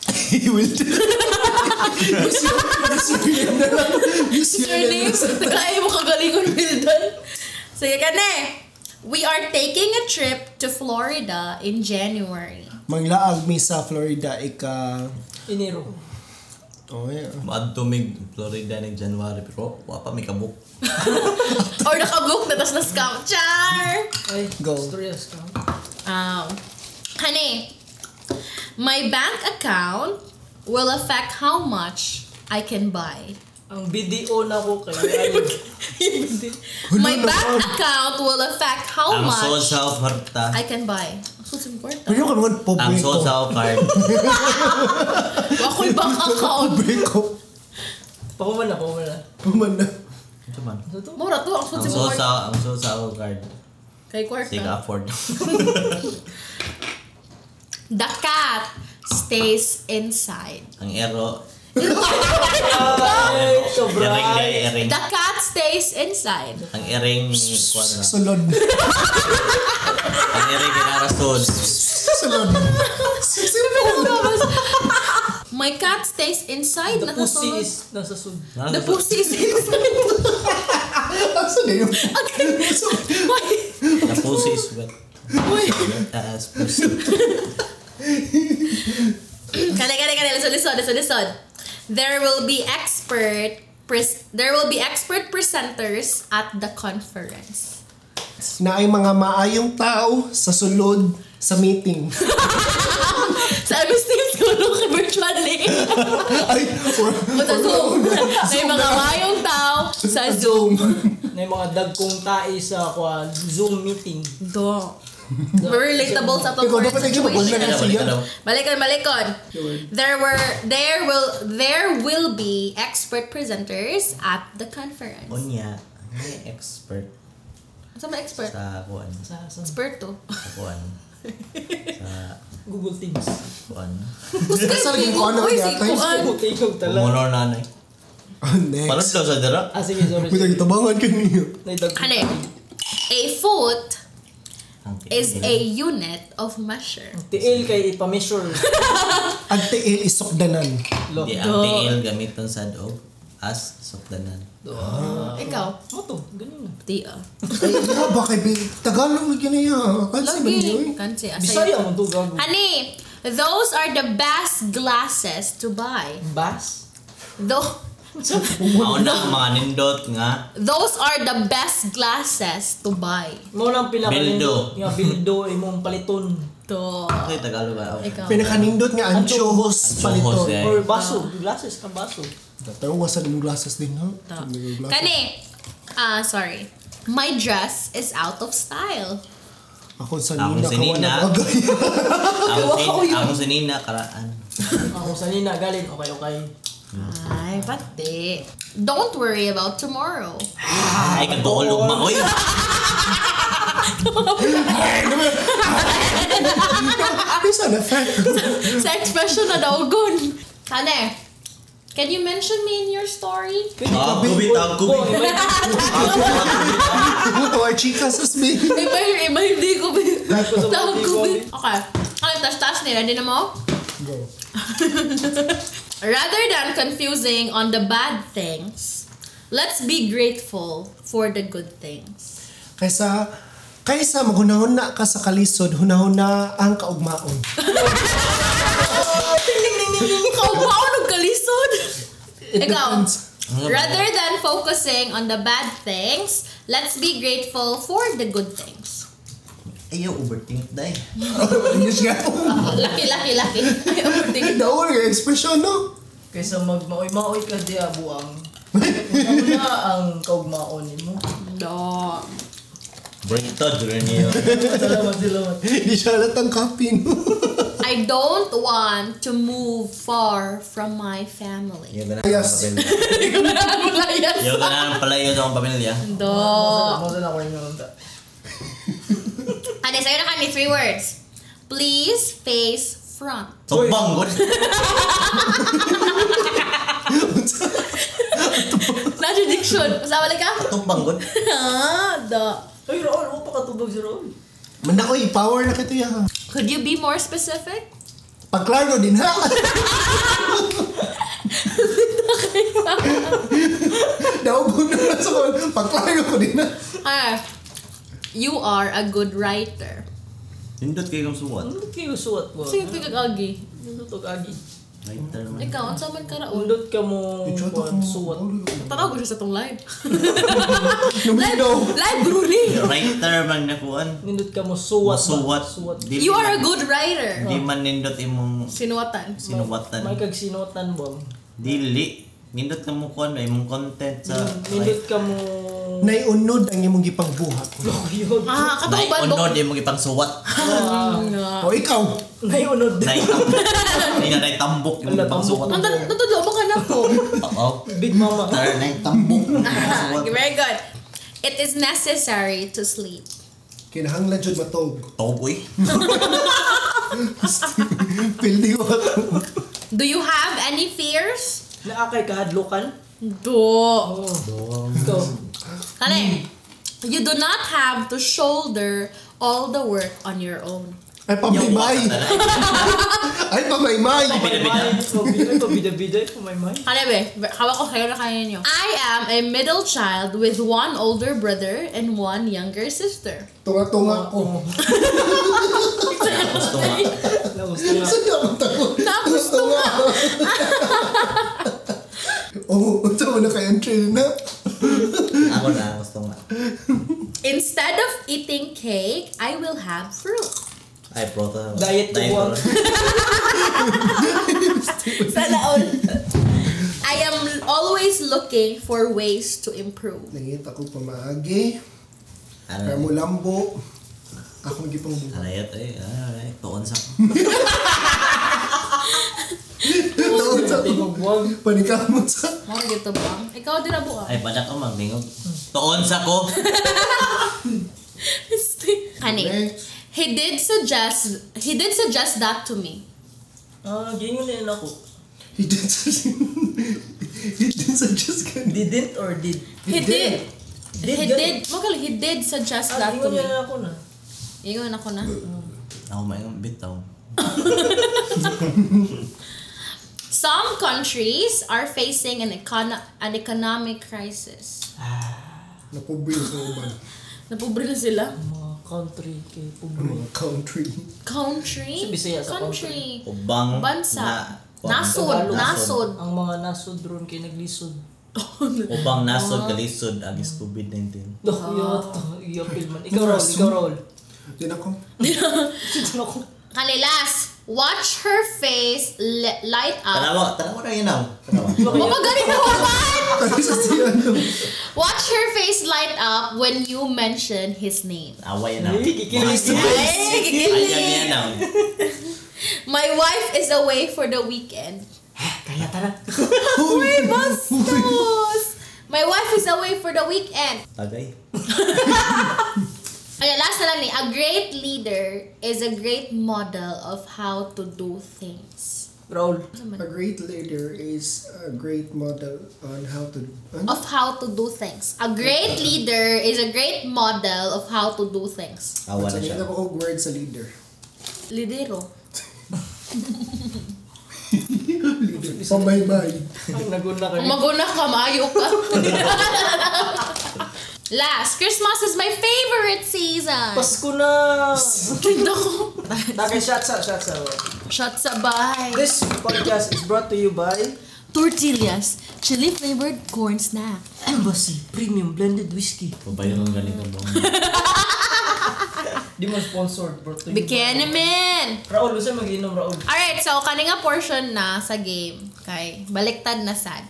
Speaker 3: he will do. use your, use your name na lang. Use your
Speaker 4: Surname?
Speaker 3: name. *laughs*
Speaker 4: Kaya mo kagalingon, Mildon. Sige ka na eh. We are taking a trip to Florida in January.
Speaker 3: Manglaag mi sa Florida, ika...
Speaker 1: Iniro.
Speaker 3: Oh, yeah.
Speaker 2: Maadto mig Florida ng January pero wa pa may kabuk.
Speaker 4: Or nakabook na tas na-scam. Char!
Speaker 1: Ay,
Speaker 3: Go.
Speaker 1: Story of scam.
Speaker 4: Um, honey, my bank account will affect how much I can buy.
Speaker 1: Ang BDO na ko kay Ryan.
Speaker 4: my
Speaker 3: Hulo
Speaker 4: bank
Speaker 3: naman.
Speaker 4: account will affect how
Speaker 2: Ang sold
Speaker 4: much
Speaker 2: sa oferta.
Speaker 4: Oh I can buy. So, it's important.
Speaker 3: Pero kung naman,
Speaker 2: Ang
Speaker 3: pobre
Speaker 2: sold
Speaker 3: ko.
Speaker 2: sa
Speaker 4: *laughs*
Speaker 2: card.
Speaker 4: Ako'y bank account.
Speaker 3: Pobre ko.
Speaker 1: Pakuman na, pakuman na.
Speaker 3: Puman na.
Speaker 2: Ito man.
Speaker 1: Ano to?
Speaker 4: Mura to, ang
Speaker 2: Ang
Speaker 4: susi mo.
Speaker 2: sold sa ang sold sa card.
Speaker 4: Kay
Speaker 2: Sige
Speaker 4: kwarta. *laughs*
Speaker 2: afford. *laughs*
Speaker 4: The cat stays inside.
Speaker 2: ang ero.
Speaker 1: Ay, sobra.
Speaker 2: Ering na ering.
Speaker 4: The cat stays inside.
Speaker 2: Ang ering kwan na.
Speaker 3: Sulod.
Speaker 2: Ang ering kinarasod.
Speaker 3: Sulod.
Speaker 4: My cat stays inside.
Speaker 1: The pussy
Speaker 4: Nakasunod.
Speaker 1: is nasa sud.
Speaker 4: The pussy is inside.
Speaker 3: Asa na yun?
Speaker 4: Why?
Speaker 2: The pussy is wet. Wet ass pussy.
Speaker 4: Kali, kali, kali. Listen, listen, listen, listen. There will be expert pres- there will be expert presenters at the conference.
Speaker 3: Na ay mga maayong tao sa sulod sa meeting.
Speaker 4: Sabi Steve Tulong kay virtually.
Speaker 3: Ay, or,
Speaker 4: eh. Sa Zoom. May mga mayong tao sa Zoom.
Speaker 1: May mga dagkong tae sa kwa, Zoom meeting.
Speaker 4: Do. Very relatable sa
Speaker 3: Ikaw,
Speaker 4: to
Speaker 3: dapat ikaw magulang na
Speaker 2: Ano, balik
Speaker 3: siya.
Speaker 2: ano?
Speaker 4: Balikon, balikon. There were there will there will be expert presenters at the conference.
Speaker 2: Unya. May expert
Speaker 4: Sa mga expert?
Speaker 2: sa kuan.
Speaker 1: Sa, sa
Speaker 4: Expert to.
Speaker 2: Sa kuan. Sa
Speaker 1: Google Teams.
Speaker 2: kuan.
Speaker 3: Sa rin ko, ano
Speaker 4: Uy, si
Speaker 3: kaya tayo?
Speaker 4: Kuan.
Speaker 1: Google Teams talaga.
Speaker 2: Pumunor na nanay.
Speaker 3: Oh,
Speaker 2: Palad
Speaker 3: next.
Speaker 2: daw sa dira.
Speaker 1: Ah, sige, sorry.
Speaker 3: Puta,
Speaker 1: sorry.
Speaker 3: itabangan ka niyo.
Speaker 1: May dagkong
Speaker 4: Ano?
Speaker 1: tae.
Speaker 4: A foot
Speaker 2: Ang
Speaker 4: is
Speaker 2: tiil.
Speaker 4: a unit of measure.
Speaker 1: Tiil kay ipa-measure.
Speaker 3: Ang tiil isokdanan.
Speaker 1: Lo.
Speaker 2: Di ang tiil gamiton sa dog as sukdanan.
Speaker 4: Ikaw, ah.
Speaker 1: Mo Ano to, ganun na.
Speaker 4: Tia.
Speaker 3: Ay, nga ba kay Bill? Tagalog yun na yan. Kansi ba niyo?
Speaker 4: Lagi. Kansi. asay.
Speaker 1: Bisaya mo to, gago.
Speaker 4: Honey, those are the best glasses to buy.
Speaker 1: Bas?
Speaker 4: Though,
Speaker 2: Mauna ang mga nindot nga.
Speaker 4: those are the best glasses to buy.
Speaker 1: Mo nang pinaka
Speaker 2: Bildo.
Speaker 1: Nga bildo
Speaker 2: *laughs*
Speaker 1: imong paliton
Speaker 4: To.
Speaker 2: Okay, Tagalog ah. ba? Okay.
Speaker 4: Ikaw.
Speaker 3: Pinakanindot nga ang chohos
Speaker 2: Chohos,
Speaker 3: palito.
Speaker 2: eh.
Speaker 1: or baso, glasses ka baso.
Speaker 3: Pero wasa ng glasses din, ha?
Speaker 4: Ta.
Speaker 3: May glasses.
Speaker 4: Kani, ah, sorry. My dress is out of style.
Speaker 3: Ako sa
Speaker 2: Ako
Speaker 3: Nina,
Speaker 2: si Nina.
Speaker 3: kawalang bagay.
Speaker 2: Ako, si, ako si Nina, karaan.
Speaker 1: Ako sa Ah, nina galing, okay okay.
Speaker 4: Ay, pati. Don't worry about tomorrow. Ah.
Speaker 2: Ay, kagool og maoy.
Speaker 3: Please, an effect.
Speaker 4: Sa expression na daw, gun. Kani, can you mention me in your story?
Speaker 2: Ah, gubit, ah, gubit. *laughs*
Speaker 3: Puto, ay chicas, as me.
Speaker 4: Iba yung iba hindi ko bin. *laughs*
Speaker 1: sa
Speaker 4: Tawag
Speaker 1: hindi
Speaker 4: ko
Speaker 1: ko
Speaker 4: bin. Okay. Okay, tas-tas nila. Hindi na mo? *laughs*
Speaker 3: Go.
Speaker 4: Rather than confusing on the bad things, let's be grateful for the good things.
Speaker 3: Kaysa, kaysa maghunahuna ka sa kalisod, hunahuna ang kaugmaon.
Speaker 4: Ikaw ba ako nagkalisod? Ikaw.
Speaker 3: depends. *laughs*
Speaker 4: Rather than focusing on the bad things, let's be grateful for the good things.
Speaker 2: Ayaw, overthink dahi.
Speaker 3: English nga po.
Speaker 4: Laki, laki, laki. Ay, overthink.
Speaker 3: Daol ka expression, no?
Speaker 1: Kaysa magmaoy-maoy ka di abuang.
Speaker 2: *laughs*
Speaker 1: Ikaw na ang kaugmaon mo.
Speaker 4: No.
Speaker 2: Break to, durin niyo.
Speaker 1: Salamat, salamat.
Speaker 3: Hindi siya alatang copy, no?
Speaker 4: I don't want to move far from my family.
Speaker 2: Ayaw
Speaker 4: *laughs*
Speaker 2: ka na
Speaker 3: Yes.
Speaker 2: ang pamilya. Ayaw ka na ang palayo sa akong pamilya.
Speaker 4: Do.
Speaker 2: Ah.
Speaker 1: Masa na ko yung nanonda.
Speaker 4: Ano, sa'yo na kami, three words. Please face front.
Speaker 2: Tumbang, good.
Speaker 4: Contradiction. Masama ka? *laughs*
Speaker 2: Tumbang, good.
Speaker 4: Ah, da.
Speaker 1: Ay, Raul, huwag pa katubog si Raul.
Speaker 3: Manda ko, power na kita yan.
Speaker 4: Could you be more specific?
Speaker 3: Pagklaro din
Speaker 1: *laughs*
Speaker 3: ha. Daugo na lang sa kon. Pagklaro ko din ha.
Speaker 4: Ah, you are a good writer.
Speaker 2: Hindot kayo kang suwat.
Speaker 1: Ano kayo suwat ko?
Speaker 4: Sige, tigagagi.
Speaker 1: Nindot ka agi.
Speaker 2: Lighter man.
Speaker 4: Ikaw, ang saman ka raon.
Speaker 1: Undot ka mo kuwan, suwat.
Speaker 4: Tanaw ko siya sa tong live. live,
Speaker 3: Luminaw.
Speaker 4: live, Bruni!
Speaker 2: Iya. Lighter man na kuan.
Speaker 1: Nindot ka mo suwat. ba?
Speaker 2: Masuwat.
Speaker 1: Suwat.
Speaker 2: Di-
Speaker 4: You are a good writer.
Speaker 2: Di man nindot imong
Speaker 4: Sinuwatan.
Speaker 2: sinuwatan.
Speaker 1: May kagsinotan ba?
Speaker 2: Dili. Nindot na mo kuan ba imong content sa
Speaker 1: Nindot ka mo... *laughs*
Speaker 3: Naiunod ang imong gipangbuhat.
Speaker 1: Yun.
Speaker 4: Ah, katong ba?
Speaker 2: Naiunod imong ipang suwat.
Speaker 1: Ah.
Speaker 3: O ikaw,
Speaker 1: Naiunod. *laughs*
Speaker 2: Naitambok. Hindi na naitambok imong ipang suwat.
Speaker 4: Ang natutunan mo ka na po.
Speaker 2: Oo.
Speaker 1: Big Mama.
Speaker 2: Tara naitambok.
Speaker 4: Ah,
Speaker 2: Suwat.
Speaker 4: Very good. It is necessary to sleep.
Speaker 3: kinahanglan jud matog.
Speaker 2: Togoy.
Speaker 3: Pildi ko matog.
Speaker 4: Do you have any fears?
Speaker 1: Naakay ka hadlukan?
Speaker 4: Do.
Speaker 1: Oo. Ikaw.
Speaker 4: Kale, you do not have to shoulder all the work on your own.
Speaker 3: Ay pamaymay. Ay pamaymay.
Speaker 1: Pamaymay. Pabida, pabida, bida. Pamaymay.
Speaker 4: Kale, be, hawak ko kayo na kaya ninyo. I am a middle child with one older brother and one younger *laughs* sister.
Speaker 3: Tunga-tunga
Speaker 1: Oh,
Speaker 3: ko.
Speaker 2: Gusto nga.
Speaker 1: *laughs* Gusto nga.
Speaker 3: Saan naman ako?
Speaker 4: Tapos
Speaker 3: Tunga. Oo, unsa Oh, mo na kayang trail na?
Speaker 2: Ako na. Gusto nga.
Speaker 4: Instead of eating cake, I will have fruit.
Speaker 2: Ay, prota.
Speaker 1: Diet to one.
Speaker 4: Salaon. *laughs* I am always looking for ways to improve.
Speaker 3: Nangita ko pamaagi. Kaya
Speaker 2: Ano?
Speaker 3: mo lambo. Akong gipang buka.
Speaker 2: Arayat eh. Aray. Tuon sa.
Speaker 3: Taon sa
Speaker 1: Tingog-wag.
Speaker 3: Panikamot sa...
Speaker 4: Mga gito ba? Ikaw din ah. na buka.
Speaker 2: Ay, badak ko magbingog.
Speaker 1: Mm.
Speaker 2: Tuon sa ko.
Speaker 4: Honey,
Speaker 3: Next.
Speaker 4: he did suggest he did suggest that to me.
Speaker 1: Ah, ganyan na ako.
Speaker 3: He didn't suggest... He didn't suggest ka ni...
Speaker 1: Didn't or did?
Speaker 4: He did. He
Speaker 1: ganun.
Speaker 4: did. Magal, he did suggest
Speaker 1: Ah,
Speaker 4: that to
Speaker 1: ganyan
Speaker 4: me.
Speaker 1: na ako na.
Speaker 4: Ingon ako na.
Speaker 2: Ako maingong bitaw.
Speaker 4: Some countries are facing an econo- an economic crisis.
Speaker 3: Napubil ko ba?
Speaker 4: Napobre na sila.
Speaker 1: Mga country kay Pugno.
Speaker 3: Mga Ano, country.
Speaker 4: Country?
Speaker 1: Sa Bisaya, sa
Speaker 4: country.
Speaker 2: Ubang.
Speaker 4: *laughs* Bansa.
Speaker 2: na-
Speaker 4: Nasod. Nasod.
Speaker 1: Ang mga nasod ron kay naglisod.
Speaker 2: Ubang nasod kalisod ang is COVID-19.
Speaker 1: Doh, iyo to. Iyo pilman. Ikaw roll, ikaw roll. *laughs*
Speaker 3: Yan ako.
Speaker 1: Sino Ano ako?
Speaker 4: Kalilas, watch her face li- light up.
Speaker 2: Tanawa, tanawa na yun ah. Tanawa.
Speaker 4: Mapagaling na wapan!
Speaker 3: Kaya sa siya ano.
Speaker 4: Watch her face light up when you mention his name.
Speaker 2: Away na.
Speaker 1: Ay, kikilig.
Speaker 4: Ay,
Speaker 2: Ayan
Speaker 4: kikilig.
Speaker 2: yan ah.
Speaker 4: My wife is away for the weekend.
Speaker 1: Kaya tara.
Speaker 4: Uy, bastos! My wife is away for the weekend.
Speaker 2: Tagay.
Speaker 4: Ayan, last na lang ni. A great leader is a great model of how to do things.
Speaker 1: Roll.
Speaker 3: A great leader is a great model on how to... Ano?
Speaker 4: Of how to do things. A great leader is a great model of how to do things.
Speaker 2: Awa na siya.
Speaker 3: Sabihin na ba ko word sa leader?
Speaker 4: Lidero.
Speaker 3: Pamaymay.
Speaker 1: Ang naguna kami.
Speaker 4: Maguna ka, maayo ka. Last, Christmas is my favorite season.
Speaker 1: Pasko *laughs* na!
Speaker 4: *laughs* Tinda ko.
Speaker 1: Dakay shots out, shots out.
Speaker 4: Shots sa bahay.
Speaker 1: This podcast is brought to you by
Speaker 4: Tortillas, chili flavored corn snack.
Speaker 1: Embassy Premium Blended Whiskey.
Speaker 2: Pabayan ng ganito ba?
Speaker 1: Di mo sponsored, brought to you
Speaker 4: Bigyan naman!
Speaker 1: by... Raul, gusto mag-inom, Raul.
Speaker 4: Alright, so kaninga portion na sa game. Okay, baliktad na sad.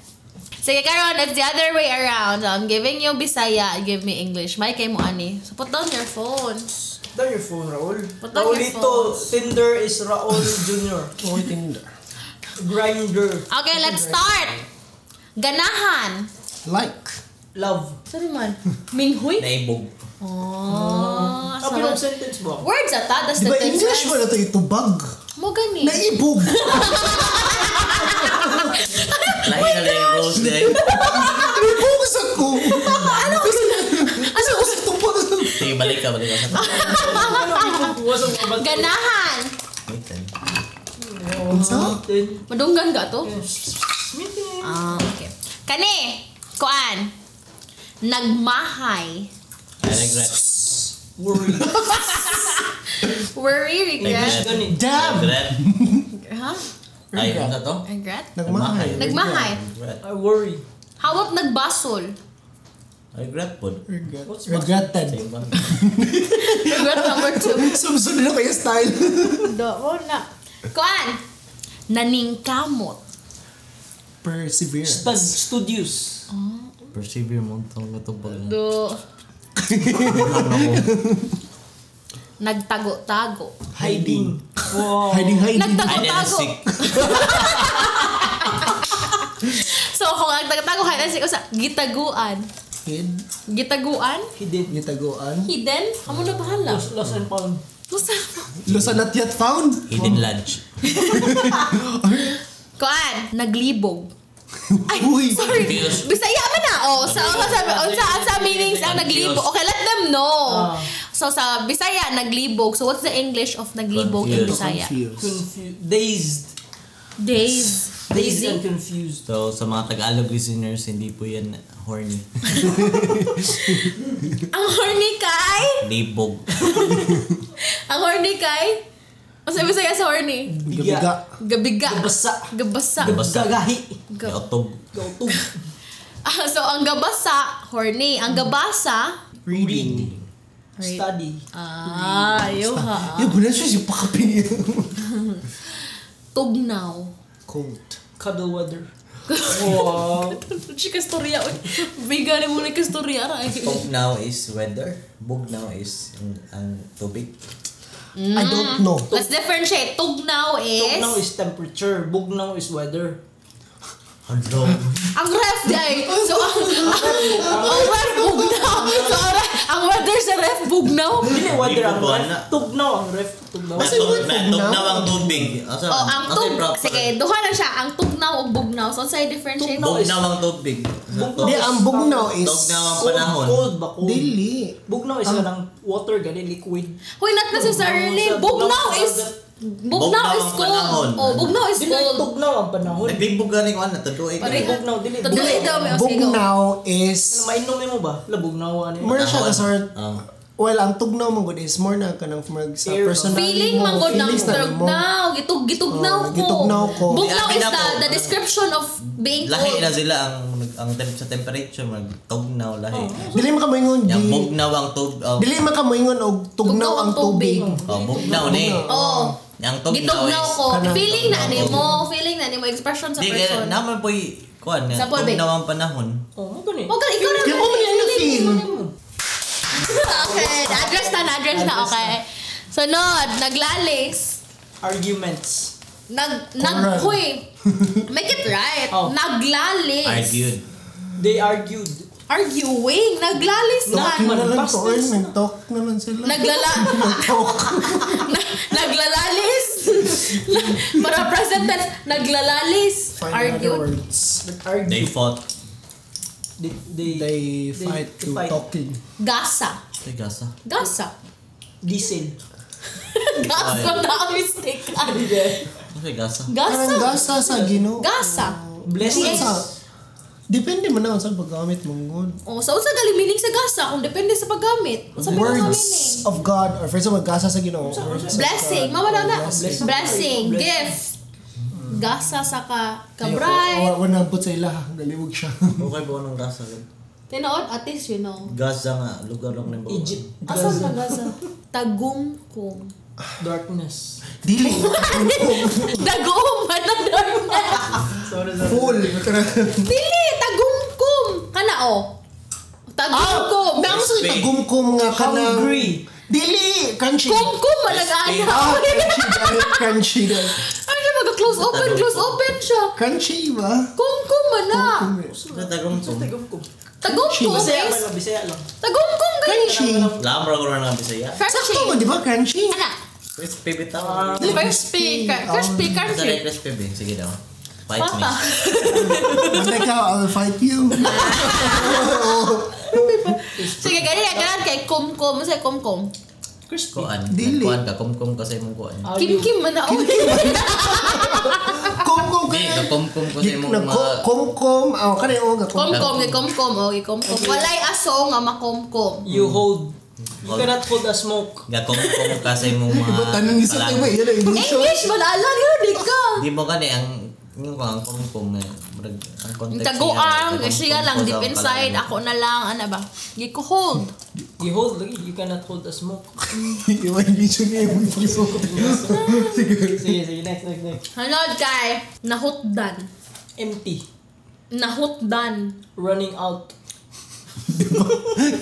Speaker 4: Sige, karon it's the other way around. I'm giving you Bisaya, give me English. May kay mo ani. So put down your phones.
Speaker 1: Down your phone, Raul.
Speaker 4: Put down your
Speaker 1: Raulito, Tinder is Raul Jr.
Speaker 3: Oy, Tinder.
Speaker 1: Grinder.
Speaker 4: Okay, let's start! Ganahan!
Speaker 3: Like.
Speaker 1: Love.
Speaker 4: Sorry man. Minghui?
Speaker 2: Naibog.
Speaker 4: *laughs* Oh,
Speaker 1: Ang
Speaker 4: sarap.
Speaker 1: pinong sentence Ah, ba?
Speaker 4: Words ata, that's
Speaker 3: Di
Speaker 4: the
Speaker 3: ba English
Speaker 4: tense.
Speaker 3: mo na ito itubag?
Speaker 4: Mo gani.
Speaker 3: Naibog!
Speaker 2: Lahi na lang yung rose din.
Speaker 3: Naibog sa ko!
Speaker 4: Ah,
Speaker 3: Ano? Ano? Ano? Tubag sa
Speaker 2: Sige, balik ka, balik ka.
Speaker 1: Ano ang ikukuha sa mga bato?
Speaker 4: Ganahan!
Speaker 2: Wait, then.
Speaker 1: ano,
Speaker 3: Unsa?
Speaker 1: Then,
Speaker 4: Madunggan ka to?
Speaker 1: meeting.
Speaker 4: Ah, okay. Kani, kuan. Nagmahay.
Speaker 2: I regret.
Speaker 1: Worry.
Speaker 4: Worry, regret.
Speaker 2: Regret.
Speaker 1: Gani.
Speaker 3: Damn!
Speaker 2: Regret.
Speaker 4: Ha?
Speaker 2: Ay, ano na to?
Speaker 4: Regret?
Speaker 3: Nagmahay.
Speaker 4: Nagmahay.
Speaker 2: Regret.
Speaker 1: I worry.
Speaker 4: How about nagbasol?
Speaker 2: Regret po.
Speaker 3: Regret.
Speaker 1: What's-
Speaker 3: Regretted.
Speaker 2: Same ba?
Speaker 4: Regret number two.
Speaker 3: *laughs* Sumsunod na kayo style.
Speaker 4: Doon na. Kuan. Naningkamot.
Speaker 3: Persevere.
Speaker 1: Stud studios.
Speaker 2: Persevere mo. Tawag na to pag
Speaker 4: Do. *laughs* Nagtago-tago.
Speaker 1: Hiding. Wow.
Speaker 3: Hiding, hiding.
Speaker 4: Nagtago-tago.
Speaker 2: Sick.
Speaker 4: So kung nagtago-tago, kaya sa usa, gitaguan.
Speaker 3: Hid.
Speaker 4: Gitaguan?
Speaker 1: Hidden.
Speaker 3: Gitaguan.
Speaker 4: Hidden? Amo na bahala.
Speaker 1: Lost, lost and found.
Speaker 4: Musa.
Speaker 3: Lusa not yet found.
Speaker 2: Hidden lunch.
Speaker 4: Kuan. Naglibog. Ay,
Speaker 3: Uy.
Speaker 4: sorry.
Speaker 2: Confused.
Speaker 4: Bisaya man na. Oh, sa so, sa unsa unsa meanings ang naglibog. Okay, let them know.
Speaker 1: Ah.
Speaker 4: So sa Bisaya naglibog. So what's the English of naglibog in
Speaker 2: Confused.
Speaker 4: Bisaya?
Speaker 3: Confused.
Speaker 1: Confused. Dazed.
Speaker 4: Days.
Speaker 1: Dazed and confused.
Speaker 2: So, sa mga Tagalog listeners, hindi po yan horny.
Speaker 4: Ang horny kay?
Speaker 2: Libog.
Speaker 4: Ang horny kay? Ang sabi sa'yo sa horny?
Speaker 3: Gabiga.
Speaker 4: Gabiga.
Speaker 1: Gabasa.
Speaker 4: Gabasa.
Speaker 2: Gabasa.
Speaker 1: Gagahi.
Speaker 4: Gab-
Speaker 2: Gautog.
Speaker 1: Gautog.
Speaker 4: Ah, so, ang gabasa, horny. Ang gabasa,
Speaker 3: Reading.
Speaker 1: Study.
Speaker 4: ah, ayaw ha.
Speaker 3: Yeah, bulan siya siya pakapi.
Speaker 4: Tugnaw.
Speaker 3: Cold.
Speaker 1: Cuddle
Speaker 3: *laughs*
Speaker 1: weather. wow.
Speaker 4: Si Kastoria, uy. Bigali mo na Kastoria, ra. eh.
Speaker 2: Bog now is weather. Bog now is ang, ang tubig.
Speaker 3: Mm. I don't know.
Speaker 4: Let's differentiate. Tugnaw is...
Speaker 1: Tugnaw is temperature. Bugnaw is weather.
Speaker 2: Hello.
Speaker 4: Ang ref di ay. So, ang, ang, ang ref bugnaw. So, ang, ref, ang weather sa ref bugnaw.
Speaker 1: Hindi weather ang
Speaker 2: Libo
Speaker 1: ref.
Speaker 2: na.
Speaker 1: Tugnaw ang ref. Tugnaw.
Speaker 3: Kasi
Speaker 2: Natug-
Speaker 3: wala
Speaker 2: natug
Speaker 3: tugnaw.
Speaker 2: na ang tubig. Asa,
Speaker 4: Oh, ang
Speaker 2: asa
Speaker 4: tug...
Speaker 2: yung Ah, proper?
Speaker 4: Sige, duha na siya. Ang tugnaw o bugnaw. So, sa'yo differentiate.
Speaker 1: Tugnaw.
Speaker 2: Bog na ang tubig.
Speaker 1: Bugnaw.
Speaker 3: Di, ang bugnaw is...
Speaker 2: Tog na ang
Speaker 1: Cold,
Speaker 2: panahon.
Speaker 1: Cold ba? Cold.
Speaker 3: Dili.
Speaker 1: Bugnaw is kanang water gani liquid.
Speaker 4: Hoy, not necessarily. Bugnaw is... Bugnaw
Speaker 2: Bugnaw
Speaker 4: is
Speaker 2: ang
Speaker 4: cold.
Speaker 2: panahon.
Speaker 4: Oh, bugnaw is
Speaker 1: Dili
Speaker 4: cold.
Speaker 1: tugnaw ang panahon.
Speaker 2: Nagbibog ka rin ko na. Tutuig ka
Speaker 4: Pare-
Speaker 2: rin.
Speaker 1: Bugnaw dili.
Speaker 4: Tugnaw.
Speaker 1: Bugnaw.
Speaker 4: Ikaw, ikaw, sige, ikaw.
Speaker 3: Bugnaw is...
Speaker 1: Ano, Mainom nimo ba? ano Labugnaw ani.
Speaker 3: More siya ka sort...
Speaker 2: Ah.
Speaker 3: Well, ang tugnaw mo good is more na ka ng mag sa
Speaker 1: Air.
Speaker 3: personal
Speaker 4: Feeling man good ng
Speaker 3: feelings na mo.
Speaker 4: tugnaw. Gitug, gitugnaw
Speaker 3: Oh,
Speaker 4: ko.
Speaker 3: gitugnaw ko.
Speaker 4: Bugnaw
Speaker 2: Labi
Speaker 4: is
Speaker 2: na
Speaker 4: the,
Speaker 2: po.
Speaker 4: the description of being
Speaker 2: Lahi na
Speaker 4: cold.
Speaker 2: sila ang ang temp sa temperature magtugnaw lahi.
Speaker 4: Oh.
Speaker 3: Dili man ka moingon,
Speaker 2: Yang
Speaker 3: di-
Speaker 2: bugnaw ang tubig. Oh,
Speaker 3: Dili man ka moingon og tugnaw ang tubig.
Speaker 2: oh, bugnaw ni.
Speaker 4: Oo.
Speaker 2: Yang tugnaw
Speaker 4: Gitugnaw
Speaker 2: is
Speaker 4: ko.
Speaker 3: Kanang-
Speaker 4: Feeling na ni mo. Feeling na ni mo. Expression sa
Speaker 2: Di ka
Speaker 4: person.
Speaker 2: naman po'y kuan nga.
Speaker 4: Sa pulbe.
Speaker 2: Tugnaw eh, ang panahon.
Speaker 1: Oh, ano ni?
Speaker 4: Huwag ka, ikaw na.
Speaker 3: Kaya mo man yung
Speaker 4: Feeling.
Speaker 3: feel.
Speaker 4: *laughs* Okay, address na, address na. Okay. Sunod, naglalis.
Speaker 1: Arguments.
Speaker 4: Nag, nag,
Speaker 3: *laughs*
Speaker 4: huy. Make it right.
Speaker 1: Oh.
Speaker 4: Naglalis.
Speaker 2: Argued.
Speaker 1: They argued.
Speaker 4: Arguing. Naglalis
Speaker 1: Nak-
Speaker 4: man.
Speaker 3: Yun na lang to,
Speaker 1: Pastis
Speaker 3: Earn.
Speaker 1: na.
Speaker 3: Nag-talk naman sila.
Speaker 4: Naglala.
Speaker 3: *laughs* Nag-talk.
Speaker 4: na- naglalalis.
Speaker 3: *laughs*
Speaker 4: Na- Para present tense, naglalalis.
Speaker 3: Find other
Speaker 4: Argued.
Speaker 3: words.
Speaker 1: But argued.
Speaker 2: They fought.
Speaker 1: They they,
Speaker 3: They fight
Speaker 1: they
Speaker 3: to talking.
Speaker 4: Gasa.
Speaker 2: Tigasa.
Speaker 4: Gasa. *laughs*
Speaker 1: Diesel.
Speaker 4: Gasa na ang mistake.
Speaker 2: Tigasa.
Speaker 4: Gasa.
Speaker 3: Parang gasa sa gino.
Speaker 4: Gasa.
Speaker 1: *laughs* Blessings.
Speaker 3: Sa, depende mo na kung saan paggamit mong good.
Speaker 4: Oh, sa unsa gali meaning sa gasa kung depende sa paggamit. Sa
Speaker 3: Words of God, or first of all, gasa sa ginoo. Words of
Speaker 4: Blessing.
Speaker 3: God.
Speaker 4: Mama na na.
Speaker 3: Blessing.
Speaker 4: Blessing. Mm. Gift. Gasa sa ka
Speaker 3: Ayaw,
Speaker 4: kabray.
Speaker 3: wa- wa- Wanabot Oh, sa ila, galiwag siya. *laughs*
Speaker 2: Okay ba ng gasa?
Speaker 4: Tinood, atis, you know.
Speaker 2: Gaza nga. Lugar lang ng bawa.
Speaker 1: Egypt.
Speaker 4: Asan na gasa? *laughs* Tagumkong.
Speaker 1: Darkness.
Speaker 3: Dili.
Speaker 4: Dagom! Matador Ano na!
Speaker 1: Sorry, sorry.
Speaker 3: Full.
Speaker 4: Dili! Tagumkum! Kana oh. o. Tagumkum!
Speaker 3: Damo sa
Speaker 2: Spain.
Speaker 3: tagumkum nga ka ng...
Speaker 1: Hungry.
Speaker 3: Dili! Crunchy.
Speaker 4: Kumkum! Malagana!
Speaker 3: Ah, crunchy
Speaker 4: Oh. *laughs*
Speaker 3: dahil. Crunchy dahil.
Speaker 4: Ano siya mag-close open? Close open siya!
Speaker 3: Crunchy ba?
Speaker 4: Kumkum man na!
Speaker 2: Tatagom ko.
Speaker 1: Tigom ko.
Speaker 4: Oh, Tagumkum
Speaker 1: Bisaya
Speaker 4: is...
Speaker 1: pa lang, Bisaya lang.
Speaker 4: Tagumkum ganyan!
Speaker 3: Crunchy.
Speaker 2: Lamra ko na ng Bisaya.
Speaker 3: Sakto ba,
Speaker 4: Crunchy!
Speaker 3: di ba? Crunchy.
Speaker 4: Ana!
Speaker 2: Crispy
Speaker 3: Ah,
Speaker 2: bitaw.
Speaker 4: Ano Crispy! Crispy!
Speaker 2: Sa
Speaker 4: Crispy!
Speaker 2: like crispy ba? Sige daw. Fight me.
Speaker 4: Papa!
Speaker 3: Basta ka, I'll fight you. *laughs* Oh,
Speaker 4: Sige, ganyan. Ganyan kay kumkum. Ano sa'yo kumkum?
Speaker 1: Crispy.
Speaker 2: Kuan.
Speaker 3: Dili. Ah,
Speaker 2: Kuan ka. Kumkum ka sa imong kuan.
Speaker 1: How
Speaker 4: Kim
Speaker 1: you-
Speaker 4: Kim man ako.
Speaker 3: Kom kom
Speaker 2: Di,
Speaker 3: kaya.
Speaker 2: nakumkum ko sa
Speaker 3: Di-
Speaker 2: imong
Speaker 3: nagko-
Speaker 2: mga...
Speaker 3: Kom kom. Ah, Aw kanay o nga kom.
Speaker 4: Komkom, gikomkom, o gikomkom. Walay aso nga makomkom.
Speaker 1: You hold, you
Speaker 2: Hold.
Speaker 1: cannot hold a smoke.
Speaker 2: Gakumkum ka sa imong mga...
Speaker 3: Tanong isa
Speaker 2: kalag-
Speaker 3: tayo ba? Yan ang English. oh.
Speaker 4: English man alam yun, di ka.
Speaker 2: Di mo gani ang yung ko ang kumkum eh. Murag, ang context
Speaker 4: Taguang,
Speaker 2: kumkum
Speaker 4: siya
Speaker 2: ko
Speaker 4: lang,
Speaker 2: sa
Speaker 4: deep inside,
Speaker 2: kalag-
Speaker 4: ako na lang, ano ba? Gikuhold.
Speaker 1: You hold, lagi, you cannot hold a smoke.
Speaker 3: Yung English niya yung pagsuko. Sige.
Speaker 1: *laughs* Sige, sige, next, next, next.
Speaker 4: Hanod kay, nahutdan.
Speaker 1: Empty.
Speaker 4: Nahutdan.
Speaker 1: Running out.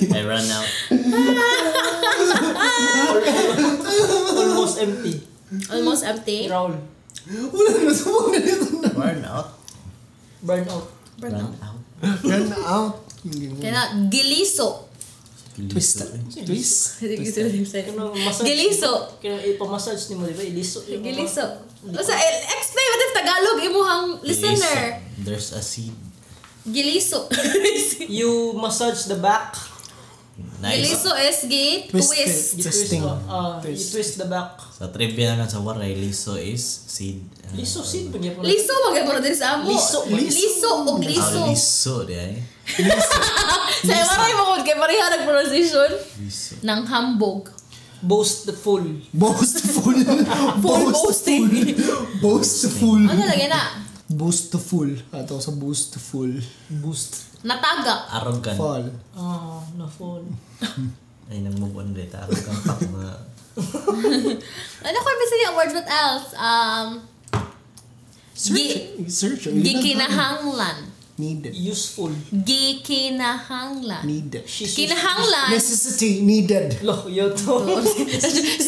Speaker 2: I run out.
Speaker 1: Almost empty.
Speaker 4: Almost empty.
Speaker 1: Growl.
Speaker 3: Wala na sa mga nito na.
Speaker 2: Run out.
Speaker 1: Burn out.
Speaker 2: Run out.
Speaker 3: Run out. Yung ganyan.
Speaker 4: Kaya na, giliso.
Speaker 3: Twist. Twist.
Speaker 1: Kanang massage.
Speaker 4: Giliso.
Speaker 1: Kanang ipamassage ni mo, di ba? Iliso.
Speaker 4: Giliso. O sa, eh, explain what if Tagalog, imuhang listener.
Speaker 2: There's a seed.
Speaker 4: Giliso. *laughs*
Speaker 1: You massage the back.
Speaker 2: Nice.
Speaker 4: Giliso is gi
Speaker 3: Twisted.
Speaker 4: twist.
Speaker 1: You
Speaker 3: Twisting.
Speaker 1: twist, the- ah, You
Speaker 3: Twist.
Speaker 1: twist the back.
Speaker 2: Sa trivia naman sa waray, liso is seed. Ah,
Speaker 1: Liso, sin pa niya po.
Speaker 4: Liso magabro din sa amo.
Speaker 1: Liso.
Speaker 4: Liso o
Speaker 2: liso.
Speaker 4: gliso.
Speaker 2: Ah, liso, di ay.
Speaker 4: *laughs* Sa maray mo kung kay pareha nag-pronunciation
Speaker 2: Liso.
Speaker 4: ng hambog.
Speaker 1: Boastful.
Speaker 3: Boastful.
Speaker 4: boasting.
Speaker 3: Boastful.
Speaker 4: Ano lagi na?
Speaker 3: Boastful. Ato sa boastful.
Speaker 1: Boost.
Speaker 4: Nataga.
Speaker 2: Arrogant.
Speaker 3: Fall.
Speaker 1: Ah, na-fall.
Speaker 2: Ay, nag-move on ulit. Arrogant pa mga...
Speaker 4: Ano ko bisa niya word what else? Um, gi,
Speaker 3: Search. Search.
Speaker 4: gikinahanglan.
Speaker 3: Needed.
Speaker 1: Useful.
Speaker 4: Gikinahanglan.
Speaker 3: Needed.
Speaker 1: She's
Speaker 4: Kinahanglan.
Speaker 3: Necessity needed.
Speaker 1: Lo, yo to.
Speaker 4: *laughs*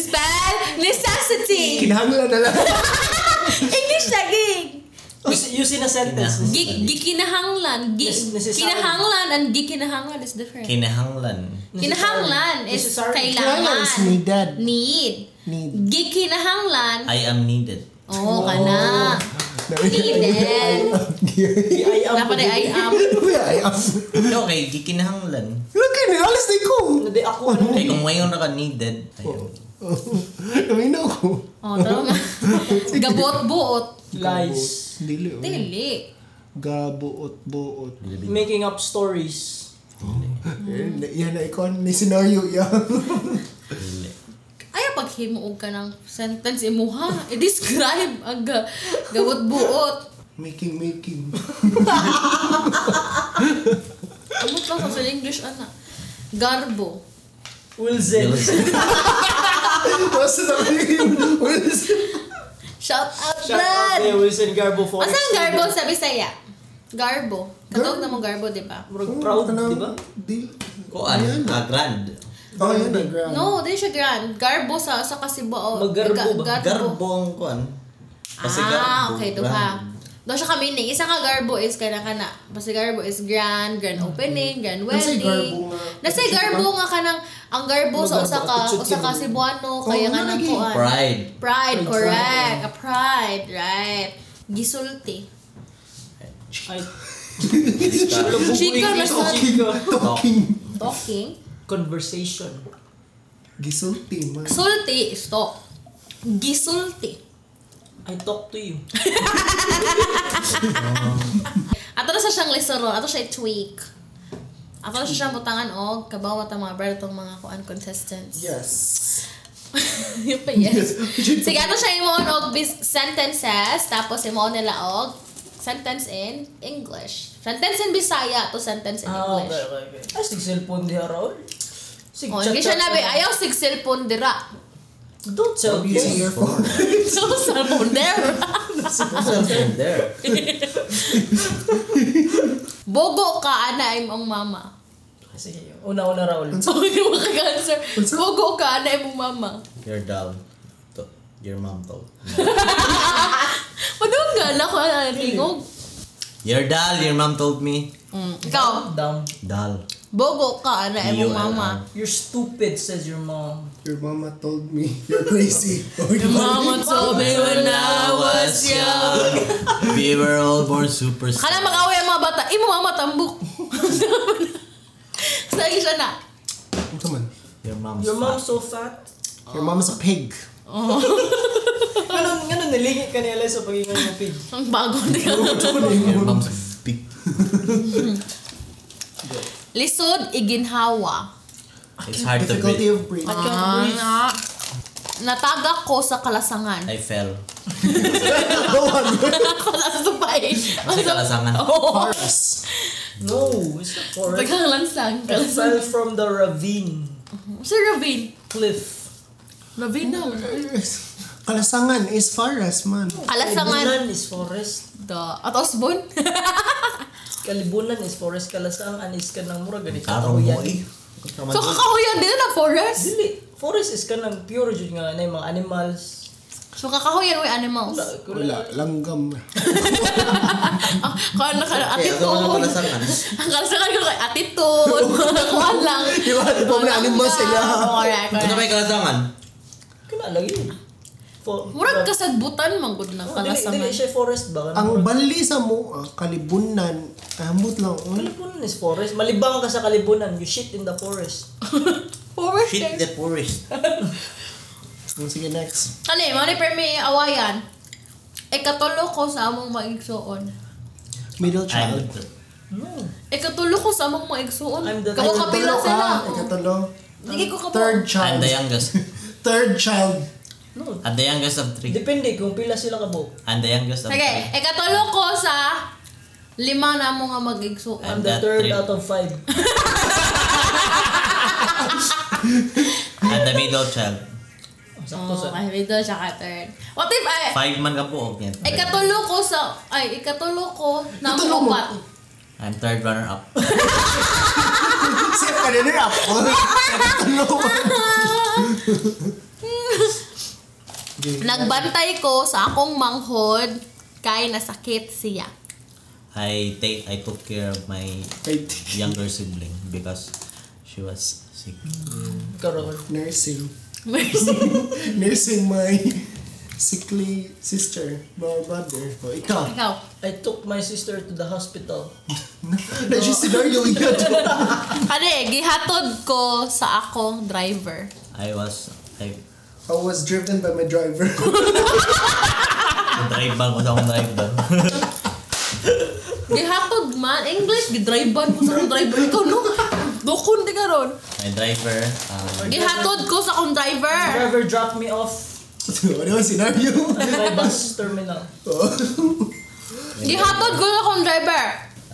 Speaker 4: Spell necessity.
Speaker 3: Kinahanglan na lang.
Speaker 4: English lagi.
Speaker 1: Use, use in a sentence.
Speaker 2: Kinahanglan.
Speaker 4: Gi- Gikinahanglan. Gi,
Speaker 1: Nes- necessary.
Speaker 4: kinahanglan and gikinahanglan is different.
Speaker 2: Kinahanglan.
Speaker 4: Kinahanglan is
Speaker 1: Necessary.
Speaker 3: Kinahanglan is
Speaker 4: kailangan.
Speaker 3: needed.
Speaker 4: Need.
Speaker 3: Need.
Speaker 4: Gikinahanglan.
Speaker 2: I am needed.
Speaker 4: Oo, oh, kana. Needed.
Speaker 1: I am.
Speaker 4: Dapat ay I am.
Speaker 3: Ay, am.
Speaker 2: No, kay gikinahanglan.
Speaker 3: Look at it. Alas na ikaw.
Speaker 1: Hindi ako ano.
Speaker 2: Kay kung mayon na ka needed, I am.
Speaker 3: Naminaw ko.
Speaker 4: Oh, tama. Gabot-buot.
Speaker 1: Lies.
Speaker 3: Dili. oh.
Speaker 4: Dili.
Speaker 3: Gabuot-buot.
Speaker 1: Making up stories.
Speaker 3: Eh, Yan na ikaw. May scenario yan.
Speaker 2: Dili.
Speaker 4: Ayaw pag himuog ka ng sentence imuha. *laughs* I-describe ang ga- gabot-buot.
Speaker 3: Making, making.
Speaker 4: Amot lang sa English, ana. Garbo.
Speaker 1: Wilson.
Speaker 3: Basta na kayo.
Speaker 4: Shout out,
Speaker 1: Shout out kay
Speaker 4: Brad!
Speaker 1: eh, Wilson Garbo Forex.
Speaker 4: Asa ang garbo sa Bisaya? Garbo. Katawag na mong garbo, di ba?
Speaker 1: Murag proud, di ba?
Speaker 3: Dili.
Speaker 2: Kuan, ah, grand.
Speaker 3: Oh, yan na. Grand.
Speaker 4: No, di siya grand. Garbo sa sa Kasibao.
Speaker 1: Maggarbo ba?
Speaker 4: Garbo.
Speaker 2: Garbo ang kuan. Kasi
Speaker 4: Ah,
Speaker 2: garbo,
Speaker 4: okay,
Speaker 2: grand.
Speaker 4: duha. Doon siya kami ni. Isa ka garbo is kana kana. Basta garbo is grand, grand opening, grand
Speaker 3: Nasa'y
Speaker 4: wedding.
Speaker 3: garbo nga.
Speaker 4: Nasa'y garbo nga kanang ang garbo sa
Speaker 1: Garbo,
Speaker 4: usa ka
Speaker 1: attitude
Speaker 4: usa ka
Speaker 1: yun.
Speaker 4: Cebuano
Speaker 3: Oo,
Speaker 4: kaya
Speaker 3: nga
Speaker 4: nga nang
Speaker 3: lagi.
Speaker 4: kuan.
Speaker 2: Pride.
Speaker 4: Pride, correct. A pride, right. Gisulti.
Speaker 1: Ay,
Speaker 4: Chika na sa
Speaker 1: chika.
Speaker 3: Talking.
Speaker 4: talking.
Speaker 1: Conversation.
Speaker 3: Gisulti, man.
Speaker 4: Sulti is talk. Gisulti.
Speaker 1: I talk to you.
Speaker 4: Ato na sa siyang listeron, ato siya tweak. Ato na siya siyang butangan og kabawat ang mga brad tong mga kuan contestants. *laughs*
Speaker 3: Yes.
Speaker 4: Yun pa, yes. Sige, ano? ato siya imo og bis- sentences tapos imo nila og sentence in English. Sentence in Bisaya to sentence in
Speaker 1: Ah, okay,
Speaker 4: English.
Speaker 1: okay, okay. Ay, sig cellphone di Raul. Sig
Speaker 4: Oh,
Speaker 1: chat,
Speaker 4: English siya
Speaker 1: chat,
Speaker 4: nabi,
Speaker 1: chat.
Speaker 4: ayaw sig cellphone dira.
Speaker 1: Don't tell me.
Speaker 3: Using your phone.
Speaker 4: So, cellphone there.
Speaker 2: Something there.
Speaker 4: Bogo ka, ana imong mama. *laughs*
Speaker 1: Sige, una-una Raul.
Speaker 4: So, hindi mo ka-cancer. Bogo ka, ana imong mama.
Speaker 2: You're down. To, your mom told.
Speaker 4: Madunggal ako, ana, tingog.
Speaker 2: You're dull, your mom told me.
Speaker 4: Mm. Ikaw,
Speaker 1: Down.
Speaker 2: Dull.
Speaker 4: bogo ka, ana imong mama.
Speaker 1: You're stupid, says your mom.
Speaker 3: Your mama told me *laughs* you're crazy. Your
Speaker 4: Mama told me when I was young.
Speaker 2: we were all born super
Speaker 4: Kala mag-away ang mga bata. Imo mama *laughs* tambok. Sa isa na.
Speaker 3: Ito man.
Speaker 2: Your mom's
Speaker 1: Your mom's
Speaker 2: fat.
Speaker 1: so fat.
Speaker 3: Your mom's a pig.
Speaker 1: Ganun, ganun, nalingit ka nila sa pagiging ng pig.
Speaker 4: Ang bago niya.
Speaker 2: Your mom's a pig.
Speaker 4: Lisod, iginhawa.
Speaker 2: It's hard to
Speaker 3: *laughs* Difficulty
Speaker 2: breathe.
Speaker 3: of breathing.
Speaker 4: Ah, na. Natagak ko sa kalasangan.
Speaker 2: I fell.
Speaker 3: *laughs* Go on.
Speaker 2: *laughs*
Speaker 4: Kalasubay.
Speaker 2: Kasi kalasangan.
Speaker 4: Oo.
Speaker 1: No, it's not forest.
Speaker 4: Tagang
Speaker 1: I
Speaker 4: lansang. Kalasang.
Speaker 1: fell from the ravine
Speaker 4: Sir Ravine.
Speaker 1: cliff.
Speaker 4: Ravine na.
Speaker 3: Kalasangan is forest, man.
Speaker 4: Kalasangan.
Speaker 1: Kalibunan is forest.
Speaker 4: Da. At Osbon.
Speaker 1: Kalibunan is forest. Kalasangan is kanang mura ganit.
Speaker 2: Karong mo eh.
Speaker 4: So kakahuyan din na forest.
Speaker 1: Dili, forest is kanang pure jud nga na yung mga animals.
Speaker 4: So kakahuyan with
Speaker 2: *laughs*
Speaker 4: animals.
Speaker 3: Wala, langgam.
Speaker 4: Ah, Kuha na ka na.
Speaker 2: Kaya gawa ng
Speaker 4: Atitod.
Speaker 2: kalasangan.
Speaker 4: Ang kalasangan ko kay atitod. Kuha lang.
Speaker 3: Diba? Diba na animals sila?
Speaker 2: Ano ba
Speaker 4: Correct, correct.
Speaker 2: yung kalasangan?
Speaker 1: Kana lang yun. For,
Speaker 4: Murag kasadbutan man gud na
Speaker 1: Oh, dili- Dili
Speaker 4: *laughs* kalasangan.
Speaker 1: siya forest ba? Kanang
Speaker 3: Ang
Speaker 1: murag-
Speaker 3: bali sa mo, ah, kalibunan, ambot lang. Uy,
Speaker 1: Kalibunan is forest. Malibang ka sa kalibunan. You shit in the forest.
Speaker 4: Forest.
Speaker 2: Shit the forest.
Speaker 3: Oh, Sige, next.
Speaker 4: Kali, mo ni Permi, awayan. Ikatulo ko sa among maigsoon.
Speaker 3: Middle child.
Speaker 2: I'm-
Speaker 1: No.
Speaker 4: Ikatulo ko sa among maigsoon.
Speaker 1: I'm the-
Speaker 4: Kamu kapila
Speaker 3: Ikatulo
Speaker 4: sila.
Speaker 3: ka, Ikatulo.
Speaker 4: Hindi ko kapo.
Speaker 3: Ah, Third
Speaker 2: I'm
Speaker 3: child.
Speaker 2: the youngest.
Speaker 3: Third child.
Speaker 1: No.
Speaker 2: I'm the youngest of three.
Speaker 1: Depende kung pila sila ka bo.
Speaker 2: I'm the youngest of
Speaker 4: Sige,
Speaker 2: three.
Speaker 4: ikatulo ko sa lima na mo nga magigsuon.
Speaker 1: I'm
Speaker 2: I'm
Speaker 1: the
Speaker 2: that
Speaker 1: third
Speaker 2: three.
Speaker 1: out of five.
Speaker 2: I'm the middle child.
Speaker 1: Sakto
Speaker 4: Oh,
Speaker 1: sa.
Speaker 4: ay, may doon siya ka third. What if I...
Speaker 2: Five man ka po. Okay.
Speaker 4: Ikatulo ko sa... Ay, ikatulo ko na
Speaker 3: Ikatulo mo?
Speaker 4: mo upat.
Speaker 2: I'm third runner up.
Speaker 3: Sige, kanina *laughs* ako. Ikatulo.
Speaker 4: Nagbantay ko sa akong manghod kay nasakit siya. *laughs*
Speaker 2: I take I took care of my
Speaker 3: I think
Speaker 2: younger sibling because she was sick.
Speaker 1: Karon.
Speaker 3: nursing. *laughs*
Speaker 4: Mercy.
Speaker 3: Nursing my sickly sister, my brother. O, ikaw.
Speaker 4: Ikaw.
Speaker 1: I took my sister to the hospital.
Speaker 3: Medyo scenario yun.
Speaker 4: Kani, gihatod ko sa akong driver.
Speaker 2: I was I
Speaker 3: I was driven by my driver. *laughs*
Speaker 2: drive bang ko sa akong drive
Speaker 1: *laughs*
Speaker 2: bang.
Speaker 4: Gihatod man, English, gidrivean ko sa akong driver. Ikaw no, dukon di karon.
Speaker 2: My driver um,
Speaker 4: Gihatod ko sa akong driver.
Speaker 1: Driver dropped me off
Speaker 3: ano yung scenario? Oh.
Speaker 1: by bus terminal.
Speaker 4: Gihatod ko sa akong driver.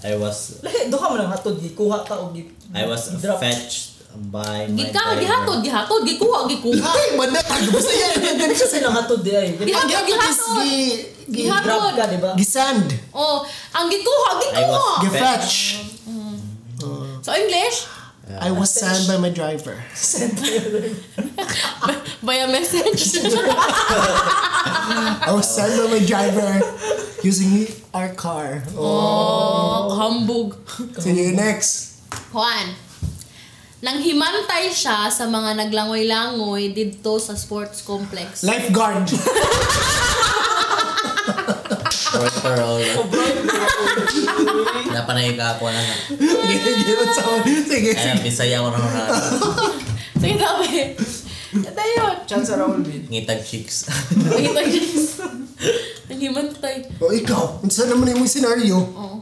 Speaker 2: I was
Speaker 1: Lahi, doon ka man lang hatod. Gikuha ka o gi... *laughs*
Speaker 2: I was
Speaker 1: Drop.
Speaker 2: fetched by my
Speaker 4: Gika,
Speaker 2: driver.
Speaker 4: gihatod, gihatod, gikuha, gikuha.
Speaker 3: Ay, banda. Basta yan.
Speaker 1: Ganun siya silang hatod di ay. Ganun.
Speaker 4: Gihatod,
Speaker 3: Is
Speaker 4: gihatod.
Speaker 3: gi- gi-
Speaker 1: Drop ka,
Speaker 4: Gihatod.
Speaker 1: di ba?
Speaker 3: Gisand.
Speaker 4: Oh, ang gikuha,
Speaker 2: I was
Speaker 4: gikuha.
Speaker 3: Gefetch.
Speaker 4: So English,
Speaker 3: I was sand by my driver.
Speaker 4: by a message. *laughs*
Speaker 3: I was sand by my driver using our car. Oh.
Speaker 4: Oh, hambog.
Speaker 3: Sige, next.
Speaker 4: Juan, nang himantay siya sa mga naglangoy-langoy didto sa sports complex.
Speaker 3: Lifeguard. *laughs*
Speaker 2: Porter all. Napanay ka ako na.
Speaker 3: Sige, give it some. Sige,
Speaker 2: Kaya
Speaker 3: sige.
Speaker 2: bisaya ko na ako na.
Speaker 4: Sige, tabi. Ito yun.
Speaker 1: Chance around with.
Speaker 2: Ngitag chicks. *laughs*
Speaker 4: Nakita niyo. Nahimantay.
Speaker 3: O, Oh, ikaw. Saan naman yung scenario?
Speaker 4: Oo.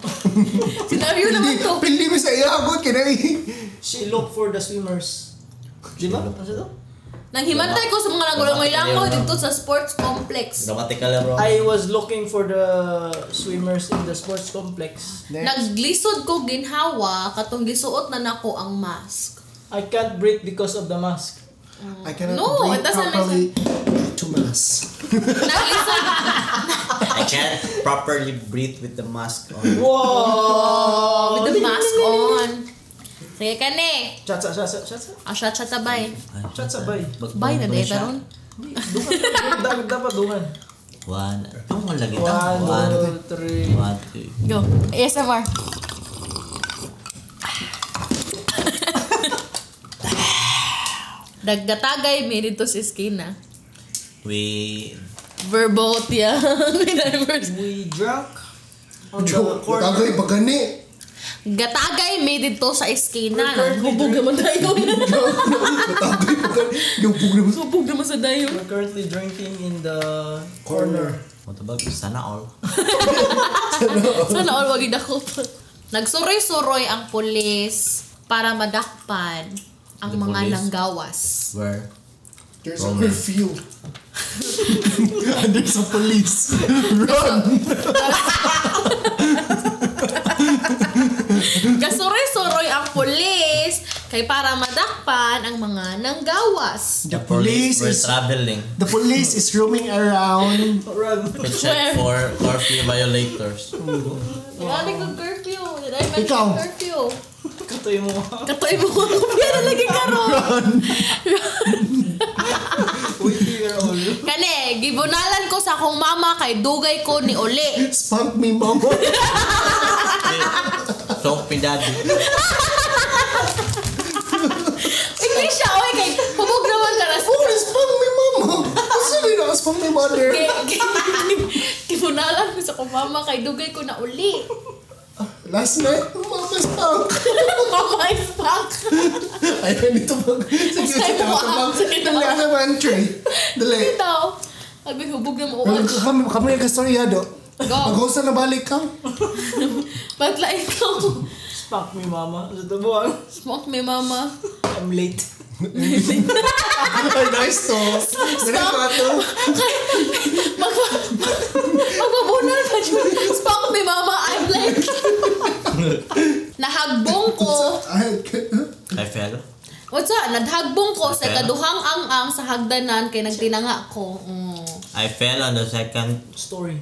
Speaker 4: Scenario Oh. naman
Speaker 3: Pindi,
Speaker 4: to.
Speaker 3: pindi mo sa iyo. Abot ka na eh.
Speaker 1: She looked for the swimmers. Di ba? Ano siya to?
Speaker 4: Nanghimantay ko sa mga nagulangoy-langoy dito sa sports complex.
Speaker 2: Dramatic ka lang bro.
Speaker 1: I was looking for the swimmers in the sports complex.
Speaker 4: Naglisod ko ginhawa katong gisuot na nako ang mask.
Speaker 1: I can't breathe because of the mask.
Speaker 3: I cannot
Speaker 4: No,
Speaker 3: breathe
Speaker 4: it doesn't
Speaker 3: properly to mass.
Speaker 4: Naglisod,
Speaker 2: I can't properly breathe with the mask on.
Speaker 1: Wow!
Speaker 4: with the mask on. Sige ka ni.
Speaker 1: Chatsa, chatsa, chatsa.
Speaker 4: Asya siya tabay.
Speaker 1: Chatsa, bay.
Speaker 4: Bay na deta ron.
Speaker 1: Dapat dapat dungan.
Speaker 2: One. Ang mga lagi ta.
Speaker 1: One,
Speaker 2: One.
Speaker 1: two, three.
Speaker 2: One, two.
Speaker 4: Go. ASMR. Dagdatagay mi dito sa eskina.
Speaker 2: We
Speaker 4: Verbote *laughs* yan. Diverse.
Speaker 1: We drank on the
Speaker 3: Joke.
Speaker 1: corner.
Speaker 3: Tagay, pagani.
Speaker 4: Gatagay may dito sa eskina.
Speaker 1: We're currently
Speaker 4: *laughs* Hubog naman tayo.
Speaker 3: Tagay, Gabog naman.
Speaker 4: Supog naman sa dayon.
Speaker 1: We're currently drinking in the
Speaker 3: Corner.
Speaker 1: corner.
Speaker 2: Matabag ko sana all.
Speaker 4: Sana all wagi dakop. Nagsuroy-suroy ang pulis para madakpan ang
Speaker 2: The
Speaker 4: mga
Speaker 2: police.
Speaker 4: langgawas.
Speaker 2: Where?
Speaker 3: There's a
Speaker 2: Wrong.
Speaker 3: curfew. And there's a police. Run!
Speaker 4: Kasuroy-suroy ang pulis kay para madakpan ang mga nanggawas.
Speaker 3: The police
Speaker 2: We're
Speaker 3: is...
Speaker 2: traveling.
Speaker 3: The police is roaming
Speaker 1: *laughs*
Speaker 3: around.
Speaker 1: Rug.
Speaker 2: To check for curfew violators.
Speaker 4: Wala na ko curfew. Did I mention
Speaker 3: Ikaw.
Speaker 4: curfew?
Speaker 1: Katoy mo.
Speaker 4: Katoy mo ko ako pera lagi karon.
Speaker 1: Wait here oh, all.
Speaker 4: Kani, gibunalan ko sa akong mama kay dugay ko ni Uli.
Speaker 3: Spunk me, mama.
Speaker 2: Don't be daddy.
Speaker 4: English siya, oy kay hubog naman ka na.
Speaker 3: Oh, spunk me, mama. Gusto mo na spunk me, mother.
Speaker 4: *laughs* Gibunalan ko sa akong mama kay dugay ko na uli.
Speaker 3: Last night, mama spunk.
Speaker 4: *laughs* mama is back.
Speaker 3: Ayaw nito mag... Sige,
Speaker 4: Next time,
Speaker 3: sige,
Speaker 4: mama.
Speaker 3: tapang. Dali, ano ba ang tray? Dali. Ano?
Speaker 4: Ito. Sabi, hubog na mo.
Speaker 3: Kami, kami- kami ang kastoryado.
Speaker 4: Go.
Speaker 3: Mag-host na balik ka.
Speaker 4: Paglain ka mo.
Speaker 1: Smack me mama. Sa tabuan.
Speaker 4: Smoke me, mama.
Speaker 1: I'm late.
Speaker 3: Ay, nice to. Ganun pa to.
Speaker 4: Mag *laughs* Magbabunan pa dyan. Smoke me, mama. I'm like... *laughs* Nahagbong ko.
Speaker 3: Ay, k-
Speaker 2: I fell.
Speaker 4: What's that? Nadhagbong ko sa kaduhang ang-ang sa hagdanan kay nagtinanga ko. Mm. *laughs*
Speaker 2: I fell on the second.
Speaker 1: Story.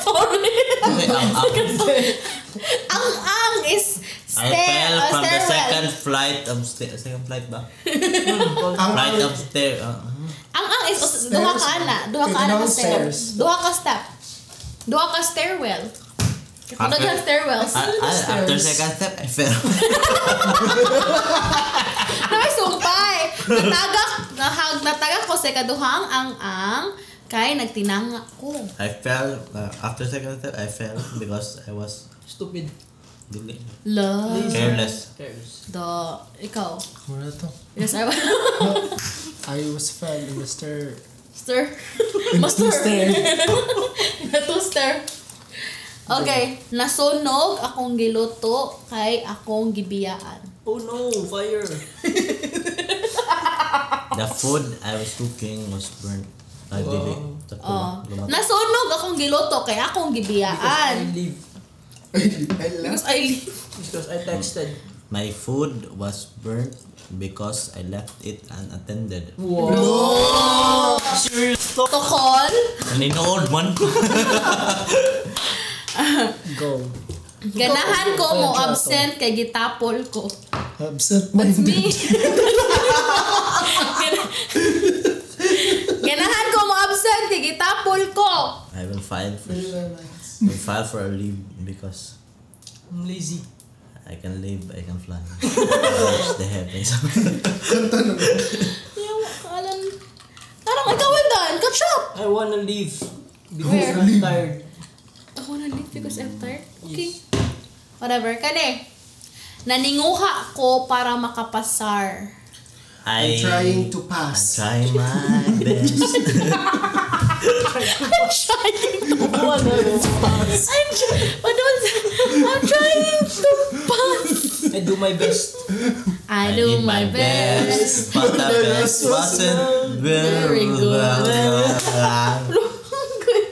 Speaker 4: Sorry.
Speaker 2: Okay, um, ang up.
Speaker 4: ang-ang is...
Speaker 2: I
Speaker 4: Stair,
Speaker 2: fell
Speaker 4: uh,
Speaker 2: from the
Speaker 4: stairwell.
Speaker 2: second flight of sta- second flight ba?
Speaker 3: Ang
Speaker 2: Flight of stair. Uh,
Speaker 4: Ang ang is oh, duha ka ana, duha ka ana ka step.
Speaker 3: Downstairs.
Speaker 4: Duha ka step. Duha ka stairwell. Kuna
Speaker 2: After-
Speaker 4: ka stairwells.
Speaker 2: I- I- after
Speaker 3: Stairs.
Speaker 2: second step, I fell. *laughs*
Speaker 4: Naway sumpay. Natagak nahag natagak ko sa kaduhang ang ang kay nagtinanga ko.
Speaker 2: I fell. Uh, after second step, I fell because I was
Speaker 1: Stupid.
Speaker 2: dili-
Speaker 4: Love.
Speaker 2: careless.
Speaker 1: Cares.
Speaker 4: Do ikaw.
Speaker 3: Wala to.
Speaker 4: Yes, I was.
Speaker 3: I was fell in the *laughs* stair.
Speaker 4: *laughs* Sir.
Speaker 3: Into
Speaker 4: *laughs*
Speaker 3: stair.
Speaker 4: Nato sir. Okay, nasunog akong giluto kay akong gibiyaan.
Speaker 1: Oh no, fire.
Speaker 2: The food I was cooking was burnt. I did it.
Speaker 4: Oh. Nasunog akong giluto kay akong
Speaker 1: I
Speaker 4: gibiyaan.
Speaker 1: leave.
Speaker 3: I
Speaker 4: Because
Speaker 3: left.
Speaker 4: I
Speaker 1: Because I texted.
Speaker 2: My food was burnt because I left it unattended.
Speaker 1: Wow. Serious talk.
Speaker 4: *laughs* tokol.
Speaker 2: Naninood man.
Speaker 3: Go.
Speaker 4: Ganahan ko mo absent kay gitapol ko.
Speaker 3: Absent minded.
Speaker 4: Me. Gana- *laughs* Ganahan ko mo absent kay gitapol ko.
Speaker 2: I will file for will file for a leave because
Speaker 1: I'm lazy.
Speaker 2: I can live, I can fly. Touch the heavens.
Speaker 4: Yung kalan. Tarang ikaw and dan, catch up.
Speaker 1: I wanna leave. Because
Speaker 4: Where?
Speaker 1: I'm tired.
Speaker 4: I wanna leave because I'm tired. Okay. Whatever. Kani. Naninguha ko para makapasar. *laughs*
Speaker 2: I,
Speaker 3: I'm trying to
Speaker 2: I
Speaker 3: pass.
Speaker 2: try my best.
Speaker 4: I'm trying to pass. I'm trying. What was I'm trying to pass.
Speaker 1: I do my best.
Speaker 4: I do my best.
Speaker 2: but the
Speaker 3: But the
Speaker 2: best
Speaker 3: best was
Speaker 2: wasn't very
Speaker 4: very
Speaker 2: good.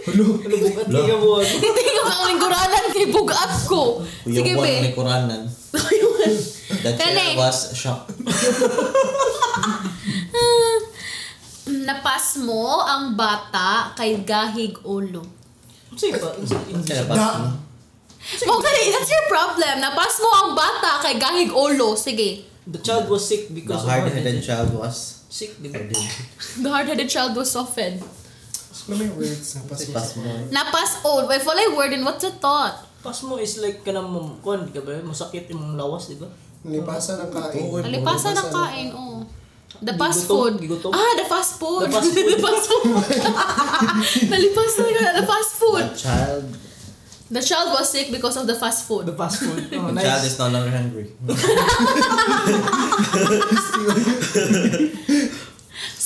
Speaker 1: Ano bukat kaya mo?
Speaker 4: Hindi ko ang lingkuranan kay bugat ko. Sige
Speaker 2: Yung one ni
Speaker 4: be.
Speaker 2: Kuranan. The chair
Speaker 4: Kani.
Speaker 2: was shocked.
Speaker 4: Napas mo ang bata kay gahig ulo.
Speaker 1: Sige pa.
Speaker 2: Kaya
Speaker 1: English.
Speaker 2: pas
Speaker 3: Da-
Speaker 2: mo.
Speaker 4: Mo kani, that's your problem. Napas mo ang bata kay gahig ulo. Sige.
Speaker 1: The child was sick
Speaker 2: The
Speaker 1: because of hard-headed.
Speaker 2: hard-headed child was
Speaker 1: Sick, di ba?
Speaker 2: headed.
Speaker 4: The hard-headed child was softened.
Speaker 3: Ano may words? Napas mo.
Speaker 2: Pas mo.
Speaker 4: Napas oh, all. Wait, wala word and what's the thought?
Speaker 1: Pas mo is like ka na mamukon, ka ba? Masakit yung lawas, di ba?
Speaker 3: Nalipasan ang kain.
Speaker 4: Nalipasan ng kain, oh. The fast
Speaker 1: Gigutom,
Speaker 4: food.
Speaker 1: gigutom.
Speaker 4: Ah, the fast food.
Speaker 1: The
Speaker 4: *laughs*
Speaker 1: fast food.
Speaker 4: The fast
Speaker 1: *laughs*
Speaker 4: food. Nalipasan ka na, the fast food.
Speaker 2: The child
Speaker 4: The child was sick because of the
Speaker 1: The
Speaker 4: fast food.
Speaker 1: fast food. *laughs* Oh,
Speaker 2: The
Speaker 1: nice.
Speaker 2: child is no longer hungry.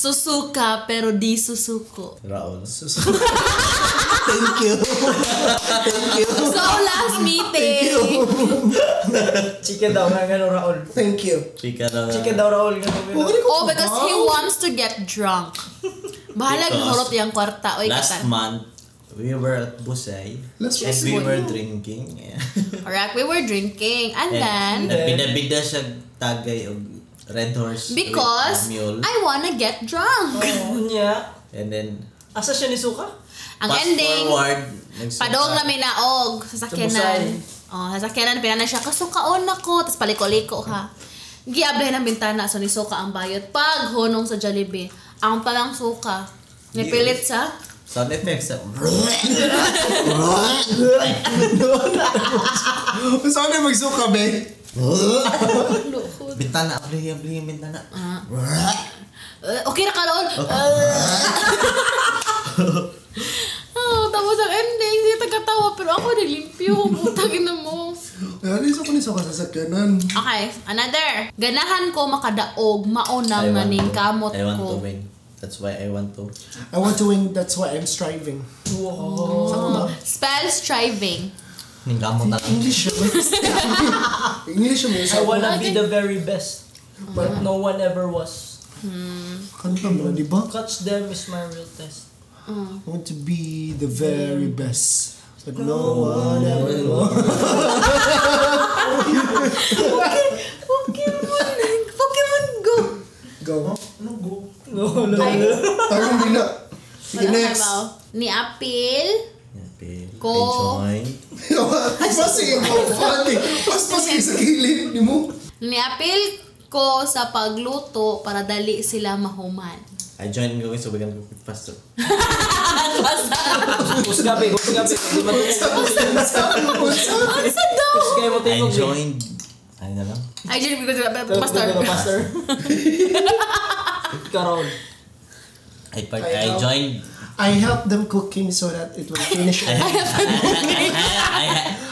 Speaker 4: Susuka pero di susuko.
Speaker 2: Raul. Sus.
Speaker 3: Thank you. *laughs* Thank you.
Speaker 4: So, last meeting.
Speaker 1: Chicken daw nga gano'n Raul.
Speaker 3: Thank you.
Speaker 2: Chika na.
Speaker 1: Chicken daw Raul gano'n
Speaker 3: Huwag ko
Speaker 4: Oh, because he wants to get drunk. Bahala ng
Speaker 2: Because
Speaker 4: horot yung kwarta. Oy,
Speaker 2: Last
Speaker 4: katan.
Speaker 2: month, we were at Busay.
Speaker 3: Last
Speaker 2: and
Speaker 3: month.
Speaker 2: we were drinking. *laughs* Yeah.
Speaker 4: Alright, we were drinking. And
Speaker 2: and
Speaker 4: then,
Speaker 2: nabida-bida siya tagay og red horse. with a
Speaker 4: because
Speaker 2: mule.
Speaker 4: I wanna get drunk.
Speaker 1: niya.
Speaker 2: and then,
Speaker 1: Asa siya ni Suka?
Speaker 4: Ang
Speaker 2: fast
Speaker 4: ending,
Speaker 2: forward, nagsuka.
Speaker 4: Padong na minaog sa sakyanan. Oh, sa sakyanan pila na siya kasukaon oh, nako tapos paliko-liko ha. Giablay ng bintana so ni suka ang bayot pag hunong sa Jollibee. Ang palang suka. Nipilit sa
Speaker 2: Sound effects. ah.
Speaker 3: Saan na magsuka, be?
Speaker 2: Bintana, abli abli yung bintana.
Speaker 4: Ah, Uh, okay na karoon. oh, tapos ang ending, hindi tagatawa pero ako nilimpyo. Putang ina mo.
Speaker 3: Nariso ko ni Soka sa sakyanan.
Speaker 4: Okay, another. Ganahan ko
Speaker 2: I
Speaker 4: makadaog, maunang
Speaker 2: want to-
Speaker 4: maning kamot
Speaker 2: I want to
Speaker 4: ko.
Speaker 2: win. That's why I want to.
Speaker 3: I want to win, that's why I'm striving.
Speaker 1: Wow.
Speaker 4: Oh, spell striving.
Speaker 2: Ning kamot na
Speaker 4: *laughs*
Speaker 2: lang.
Speaker 3: English yun. *laughs* English yun.
Speaker 1: I
Speaker 3: Sa
Speaker 1: wanna be the very best. But no one ever was.
Speaker 3: Kanta mo, di ba?
Speaker 1: Catch them is my real test.
Speaker 3: I want to be the very best. But no one ever will.
Speaker 4: Pokemon, Pokemon Go.
Speaker 3: Go.
Speaker 1: No go. No, no, no.
Speaker 3: Parang bila. Sige,
Speaker 4: Wala
Speaker 3: next. *laughs*
Speaker 4: kalabaw. Ni Apil.
Speaker 2: Okay.
Speaker 4: Ko.
Speaker 2: Enjoy.
Speaker 3: Pasig mo, pati. Paspasig sa gilid ni mo.
Speaker 4: Ni Apil ko sa pagluto para dali sila mahuman.
Speaker 2: I joined ko sa bagan ko faster.
Speaker 1: Kusgabi, kusgabi.
Speaker 4: Ano sa daw?
Speaker 1: Kaya mo
Speaker 2: I
Speaker 1: tayo mag
Speaker 2: joined. Ay na lang.
Speaker 4: Ay, dyan ko Pastor.
Speaker 1: Pastor. Ikaw Raul.
Speaker 2: I, part, I joined. *laughs*
Speaker 3: I help them cooking so that it will finish.
Speaker 2: I, I, I, I,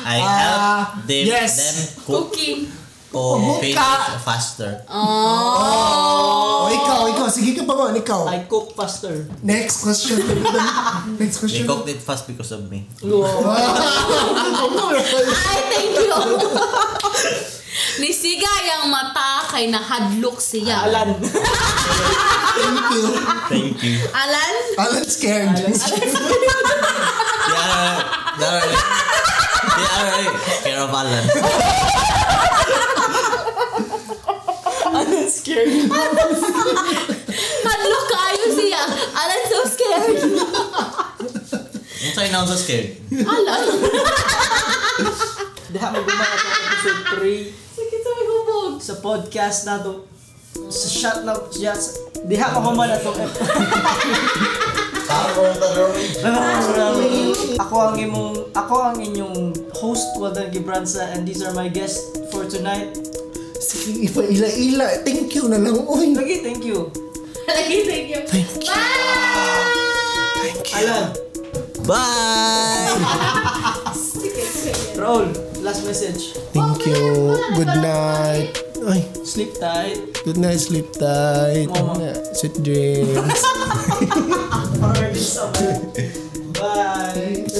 Speaker 2: I helped them,
Speaker 3: yes.
Speaker 2: them cook
Speaker 4: Cooking.
Speaker 2: to
Speaker 3: Buka.
Speaker 2: finish faster.
Speaker 3: Oh, ikaw, ikaw. Sige ka pa man, ikaw.
Speaker 1: I cook faster.
Speaker 3: Next *laughs* question. Next
Speaker 2: They
Speaker 3: question.
Speaker 2: cooked it fast because of me.
Speaker 1: Wow.
Speaker 4: Ay, thank *laughs* you. Ni Sigay ang mata kay nahadlok siya.
Speaker 1: Alan.
Speaker 3: Thank you.
Speaker 2: Thank you.
Speaker 4: Alan?
Speaker 3: Alan scared.
Speaker 2: They are, they are, they are caravan.
Speaker 1: *laughs* Alan scared.
Speaker 4: Hadlok kaayo siya. Alan so scared.
Speaker 2: That's why now I'm so scared.
Speaker 4: Alan?
Speaker 1: Dahil mo gumawa sa episode 3.
Speaker 4: Sakit sa may hubog.
Speaker 1: sa podcast na to. Sa shot na, yeah, sa, di ha ako man na to. ako ang imong, ako ang inyong host, Waldan Gibranza, and these are my guests for tonight.
Speaker 3: Sige, ipa ila-ila. Thank you na lang. Uy.
Speaker 1: Lagi, thank you.
Speaker 4: *laughs* Lagi, thank you.
Speaker 3: Thank you. Thank you.
Speaker 1: Alan,
Speaker 2: Bye!
Speaker 1: Raul, last message.
Speaker 3: Thank you. Good night. Uy.
Speaker 1: Sleep tight.
Speaker 3: Good night, sleep tight.
Speaker 1: Mama.
Speaker 3: Sweet dreams.
Speaker 1: Alright, it's over. Bye.